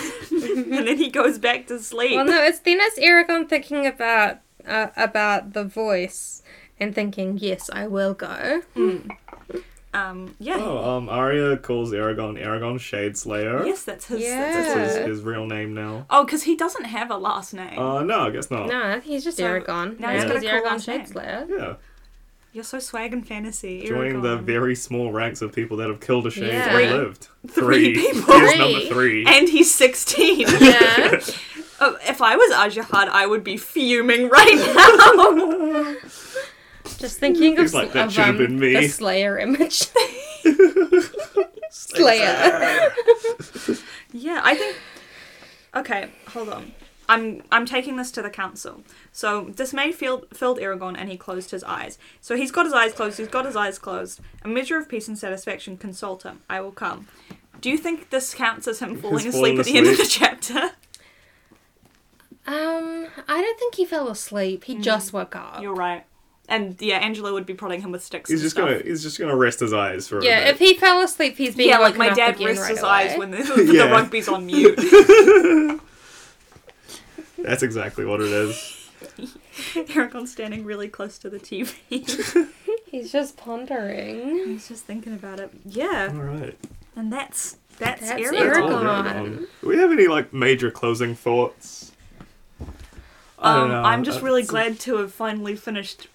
Speaker 1: and then he goes back to sleep.
Speaker 3: Well, no, it's then it's Aragon thinking about uh, about the voice and thinking, yes, I will go.
Speaker 1: Um, yeah.
Speaker 2: Oh, um, Arya calls Aragon Aragon Shade Slayer.
Speaker 1: Yes, that's his. That's
Speaker 2: That's
Speaker 1: his.
Speaker 2: his,
Speaker 3: Yeah.
Speaker 2: his real name now.
Speaker 1: Oh, because he doesn't have a last name.
Speaker 2: Uh, no, I guess not.
Speaker 3: No, he's just
Speaker 1: So,
Speaker 3: Aragon.
Speaker 1: now he's
Speaker 2: gotta
Speaker 3: He's
Speaker 1: call
Speaker 3: Aragon
Speaker 1: last name.
Speaker 3: Shadeslayer.
Speaker 2: Yeah,
Speaker 1: You're so swag and fantasy.
Speaker 2: joining the
Speaker 1: Eragon.
Speaker 2: very small ranks of people that have killed a shade
Speaker 3: Yeah.
Speaker 2: and lived.
Speaker 1: Three people.
Speaker 2: He is
Speaker 3: Three.
Speaker 2: number three.
Speaker 1: And he's 16.
Speaker 3: Yeah.
Speaker 1: Oh, if I was Ajahad, I would be fuming right now.
Speaker 3: Just thinking of,
Speaker 2: He's like, "That
Speaker 3: of,
Speaker 2: should've
Speaker 3: um,
Speaker 2: been me."
Speaker 3: the Slayer image. Slayer.
Speaker 1: yeah, I think. Okay, hold on. I'm I'm taking this to the council. So dismay filled filled Aragorn, and he closed his eyes. So he's got his eyes closed. He's got his eyes closed. A measure of peace and satisfaction. Consult him. I will come. Do you think this counts as him falling asleep
Speaker 2: fallen
Speaker 1: at the end of the
Speaker 2: asleep.
Speaker 1: chapter?
Speaker 3: Um, I don't think he fell asleep. He just woke up.
Speaker 1: You're right. And yeah, Angela would be prodding him with sticks.
Speaker 2: He's
Speaker 1: and
Speaker 2: just
Speaker 1: stuff.
Speaker 2: gonna he's just gonna rest his eyes for a
Speaker 3: Yeah,
Speaker 2: bit.
Speaker 3: if he fell asleep, he's being
Speaker 1: yeah,
Speaker 3: woken
Speaker 1: like my
Speaker 3: up
Speaker 1: dad
Speaker 3: again
Speaker 1: rests
Speaker 3: right
Speaker 1: his
Speaker 3: away.
Speaker 1: eyes when the, the
Speaker 2: Yeah.
Speaker 1: rugby's on mute.
Speaker 2: That's exactly what it is.
Speaker 1: Aragon's standing really close to the TV.
Speaker 3: He's just pondering.
Speaker 1: He's just thinking about it. Yeah,
Speaker 2: Alright.
Speaker 1: and that's that's,
Speaker 3: That's
Speaker 1: Aragon.
Speaker 2: That's all
Speaker 3: Aragon.
Speaker 2: Aragon. Do we have any like major closing thoughts? I don't
Speaker 1: Um,
Speaker 2: know.
Speaker 1: I'm just
Speaker 2: Uh,
Speaker 1: really
Speaker 2: it's-
Speaker 1: glad to have finally finished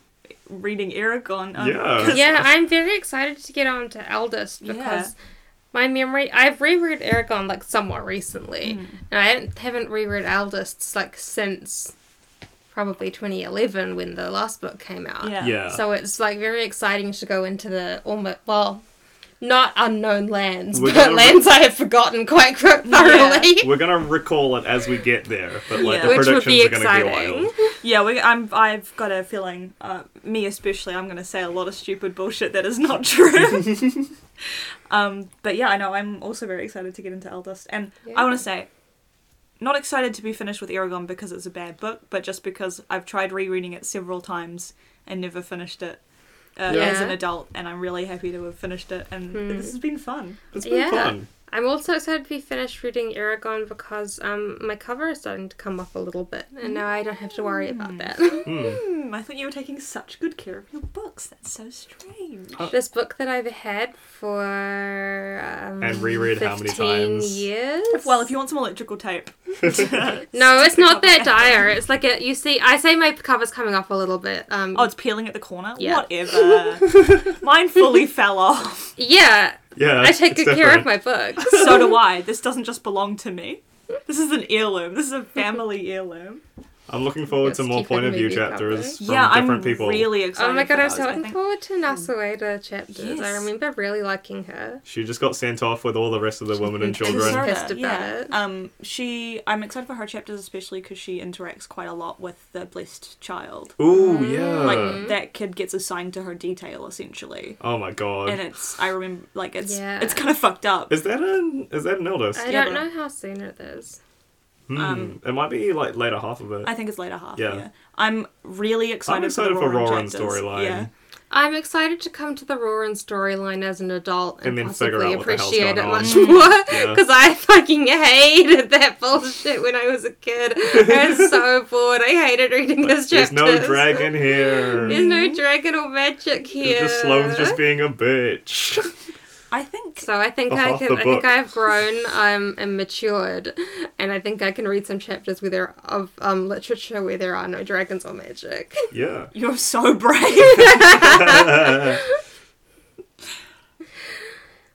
Speaker 1: reading Aragon. Um,
Speaker 2: Yeah.
Speaker 1: 'cause-
Speaker 3: Yeah, I'm very excited to get on to Eldest
Speaker 1: Yeah.
Speaker 3: because my memory. I've reread Aragon like somewhat recently, and I haven't- haven't reread Eldest like since probably 2011 when the last book came out.
Speaker 1: Yeah.
Speaker 2: Yeah.
Speaker 3: So it's like very exciting to go into the almost well, not unknown lands,
Speaker 2: We're
Speaker 3: but
Speaker 2: gonna-
Speaker 3: lands I have forgotten quite thoroughly.
Speaker 2: We're gonna recall it as we get there, but like
Speaker 1: Yeah.
Speaker 2: the
Speaker 3: Which would
Speaker 2: predictions
Speaker 3: be
Speaker 2: are gonna be
Speaker 3: exciting.
Speaker 2: wild.
Speaker 1: yeah. We, I'm. I've got a feeling. Uh, me especially. I'm going to say a lot of stupid bullshit that is not true. um, but yeah, I know. I'm also very excited to get into Eldest, and I want
Speaker 3: Yeah.
Speaker 1: to say. Not excited to be finished with Aragon because it's a bad book, but just because I've tried rereading it several times and never finished it uh,
Speaker 2: Yeah.
Speaker 1: as an adult, and I'm really happy to have finished it, and this has been fun.
Speaker 2: It's been
Speaker 3: Yeah.
Speaker 2: fun.
Speaker 3: I'm also excited to be finished reading Aragon because um my cover is starting to come up a little bit, and now I don't have to worry about that.
Speaker 1: Hmm, I thought you were taking such good care of your books. That's so strange.
Speaker 2: Oh.
Speaker 3: this book that I've had for um,
Speaker 2: And reread how many
Speaker 3: 15
Speaker 2: times?
Speaker 3: Years.
Speaker 1: Well, if you want some electrical tape.
Speaker 3: no, it's not that dire. It's like a, you see, I say my cover's coming off a little bit. Um,
Speaker 1: Oh, it's peeling at the corner?
Speaker 3: Yeah.
Speaker 1: Whatever. Mine fully fell off.
Speaker 3: yeah,
Speaker 2: Yeah.
Speaker 3: I take
Speaker 2: it's
Speaker 3: good care of
Speaker 2: different.
Speaker 3: my books.
Speaker 1: So do I. This doesn't just belong to me. This is an heirloom. This is a family heirloom.
Speaker 2: I'm looking forward
Speaker 3: Yes,
Speaker 2: to more
Speaker 3: keep it
Speaker 2: point of view
Speaker 3: movie
Speaker 2: chapters from
Speaker 1: yeah, I'm
Speaker 2: different people.
Speaker 1: really excited.
Speaker 3: Oh my god,
Speaker 1: for
Speaker 3: I'm so
Speaker 1: those, I
Speaker 3: looking
Speaker 1: think.
Speaker 3: forward to
Speaker 2: Mm.
Speaker 3: Nasueda chapters. I
Speaker 1: Yes.
Speaker 3: remember really liking her.
Speaker 2: She just got sent off with all the rest of the women and
Speaker 3: been
Speaker 2: children.
Speaker 1: Sarah,
Speaker 3: pissed about
Speaker 1: yeah.
Speaker 3: it.
Speaker 1: Um, she. I'm excited for her chapters, especially because she interacts quite a lot with the blessed child.
Speaker 2: Ooh, yeah.
Speaker 1: Mm. Like that kid gets assigned to her detail essentially,
Speaker 2: oh my god.
Speaker 1: and it's. I remember like it's.
Speaker 3: Yeah.
Speaker 1: It's kind of fucked up.
Speaker 2: is that an is that an eldest?
Speaker 3: I
Speaker 1: Yeah,
Speaker 3: don't
Speaker 1: but-
Speaker 3: know how soon it is.
Speaker 2: Hmm,
Speaker 1: um,
Speaker 2: it might be like later half of it.
Speaker 1: I think it's later half.
Speaker 2: Yeah.
Speaker 1: Yeah. I'm really excited.
Speaker 2: I'm excited for
Speaker 1: Roran
Speaker 2: Roran's
Speaker 1: chapters.
Speaker 2: storyline.
Speaker 1: Yeah.
Speaker 3: I'm excited to come to the Roran storyline as an adult and,
Speaker 2: And then figure
Speaker 3: possibly
Speaker 2: out what the hell's
Speaker 3: appreciate it
Speaker 2: going on.
Speaker 3: much more
Speaker 2: Yeah.
Speaker 3: because I fucking hated that bullshit when I was a kid. I was so bored. I hated reading this
Speaker 2: There's
Speaker 3: chapter.
Speaker 2: no dragon here.
Speaker 3: There's no dragon or magic here.
Speaker 2: It's just Sloane's just being a bitch.
Speaker 1: I think.
Speaker 3: So I think
Speaker 2: For
Speaker 3: I
Speaker 2: half
Speaker 3: can.
Speaker 2: the
Speaker 3: I think
Speaker 2: book.
Speaker 3: I've grown um, and matured, and I think I can read some chapters where there of um, literature where there are no dragons or magic.
Speaker 2: yeah.
Speaker 1: You're so brave.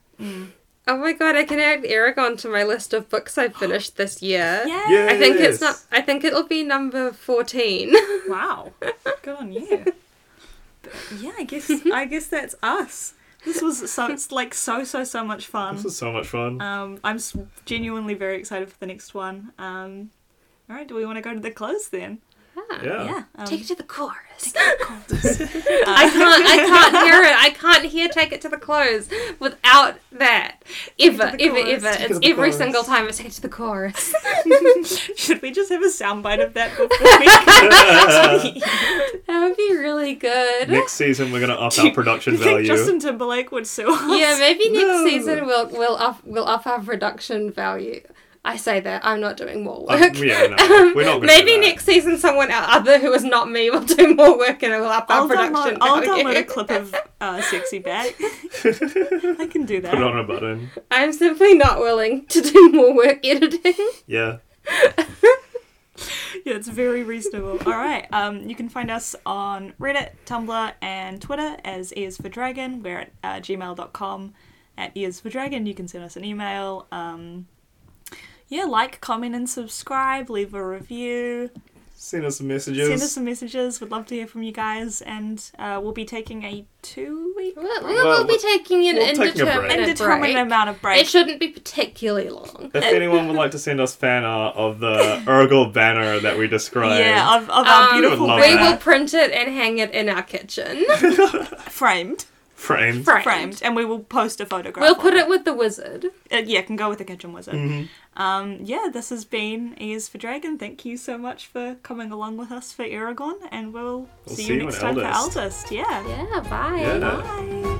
Speaker 3: Oh my god, I can add Aragon to my list of books I've finished this year.
Speaker 1: Yeah.
Speaker 3: I think it's
Speaker 2: Yes.
Speaker 3: not I think it'll be number 14.
Speaker 1: Wow. Good on you. But, yeah, I guess I guess that's us. This was so it's like so so so much
Speaker 2: This
Speaker 1: fun.
Speaker 2: is so much fun.
Speaker 1: Um, I'm s- genuinely very excited for the next one. Um, all right, do we want to go to the close then?
Speaker 2: yeah.
Speaker 1: Yeah. Um,
Speaker 3: Take it to the chorus.
Speaker 1: uh,
Speaker 3: I can't I can't hear it. I can't hear take it to the close without that. Ever,
Speaker 1: Take It to the
Speaker 3: ever,
Speaker 1: Chorus.
Speaker 3: ever.
Speaker 2: Take It to
Speaker 3: It's
Speaker 2: the
Speaker 3: every
Speaker 2: Chorus.
Speaker 3: single time it's take it to the chorus.
Speaker 1: should we just have a soundbite of that before we go?
Speaker 3: That would be really good.
Speaker 2: Next season, we're going to up our production
Speaker 1: You think
Speaker 2: value.
Speaker 1: Justin Timberlake would sue us?
Speaker 3: Yeah, maybe next
Speaker 2: No.
Speaker 3: season we'll we'll up we'll up our production value. I say that I'm not doing more
Speaker 2: Uh,
Speaker 3: work.
Speaker 2: yeah,
Speaker 1: Um,
Speaker 2: no, we're not gonna
Speaker 3: Maybe
Speaker 2: do that.
Speaker 3: next season someone o- other who is not me will do more work and it will up our
Speaker 1: I'll download,
Speaker 3: production
Speaker 1: I'll
Speaker 3: value.
Speaker 1: download a clip of uh, Sexy Back. I can do that.
Speaker 2: Put on a button.
Speaker 3: I'm simply not willing to do more work editing.
Speaker 2: Yeah.
Speaker 1: yeah, it's very reasonable. All right. Um, you can find us on Reddit, Tumblr, and Twitter as Ears for Dragon. We're at uh, gmail.com at Ears for Dragon. You can send us an email. Um, yeah, like, comment, and subscribe. Leave a review.
Speaker 2: Send us some messages.
Speaker 1: Send us some messages. We'd love to hear from you guys. And uh, we'll be taking a two week,
Speaker 3: We'll, we'll,
Speaker 2: Well,
Speaker 3: we'll be taking an
Speaker 2: we'll take a break.
Speaker 3: indeterminate,
Speaker 1: indeterminate
Speaker 3: break.
Speaker 1: amount of break.
Speaker 3: It shouldn't be particularly long.
Speaker 2: if anyone would like to send us fan art of the Urgle banner that we described,
Speaker 1: Yeah, of, of our
Speaker 3: Um,
Speaker 1: beautiful
Speaker 2: Would love
Speaker 3: we
Speaker 1: banner.
Speaker 2: that.
Speaker 3: will print it and hang it in our kitchen.
Speaker 1: framed,
Speaker 2: framed.
Speaker 3: Framed.
Speaker 1: framed, and we will post a photograph.
Speaker 3: We'll
Speaker 1: on
Speaker 3: put it with the wizard.
Speaker 1: Uh, yeah, can go with the kitchen wizard.
Speaker 2: Mm-hmm.
Speaker 1: Um, yeah, this has been Ears for Dragon. Thank you so much for coming along with us for Aragon, and we'll,
Speaker 2: We'll
Speaker 1: see,
Speaker 2: see
Speaker 1: you
Speaker 2: you
Speaker 1: next
Speaker 2: on
Speaker 1: time
Speaker 2: Eldest.
Speaker 1: for Eldest. Yeah.
Speaker 3: Yeah, bye.
Speaker 2: Yeah.
Speaker 1: Bye.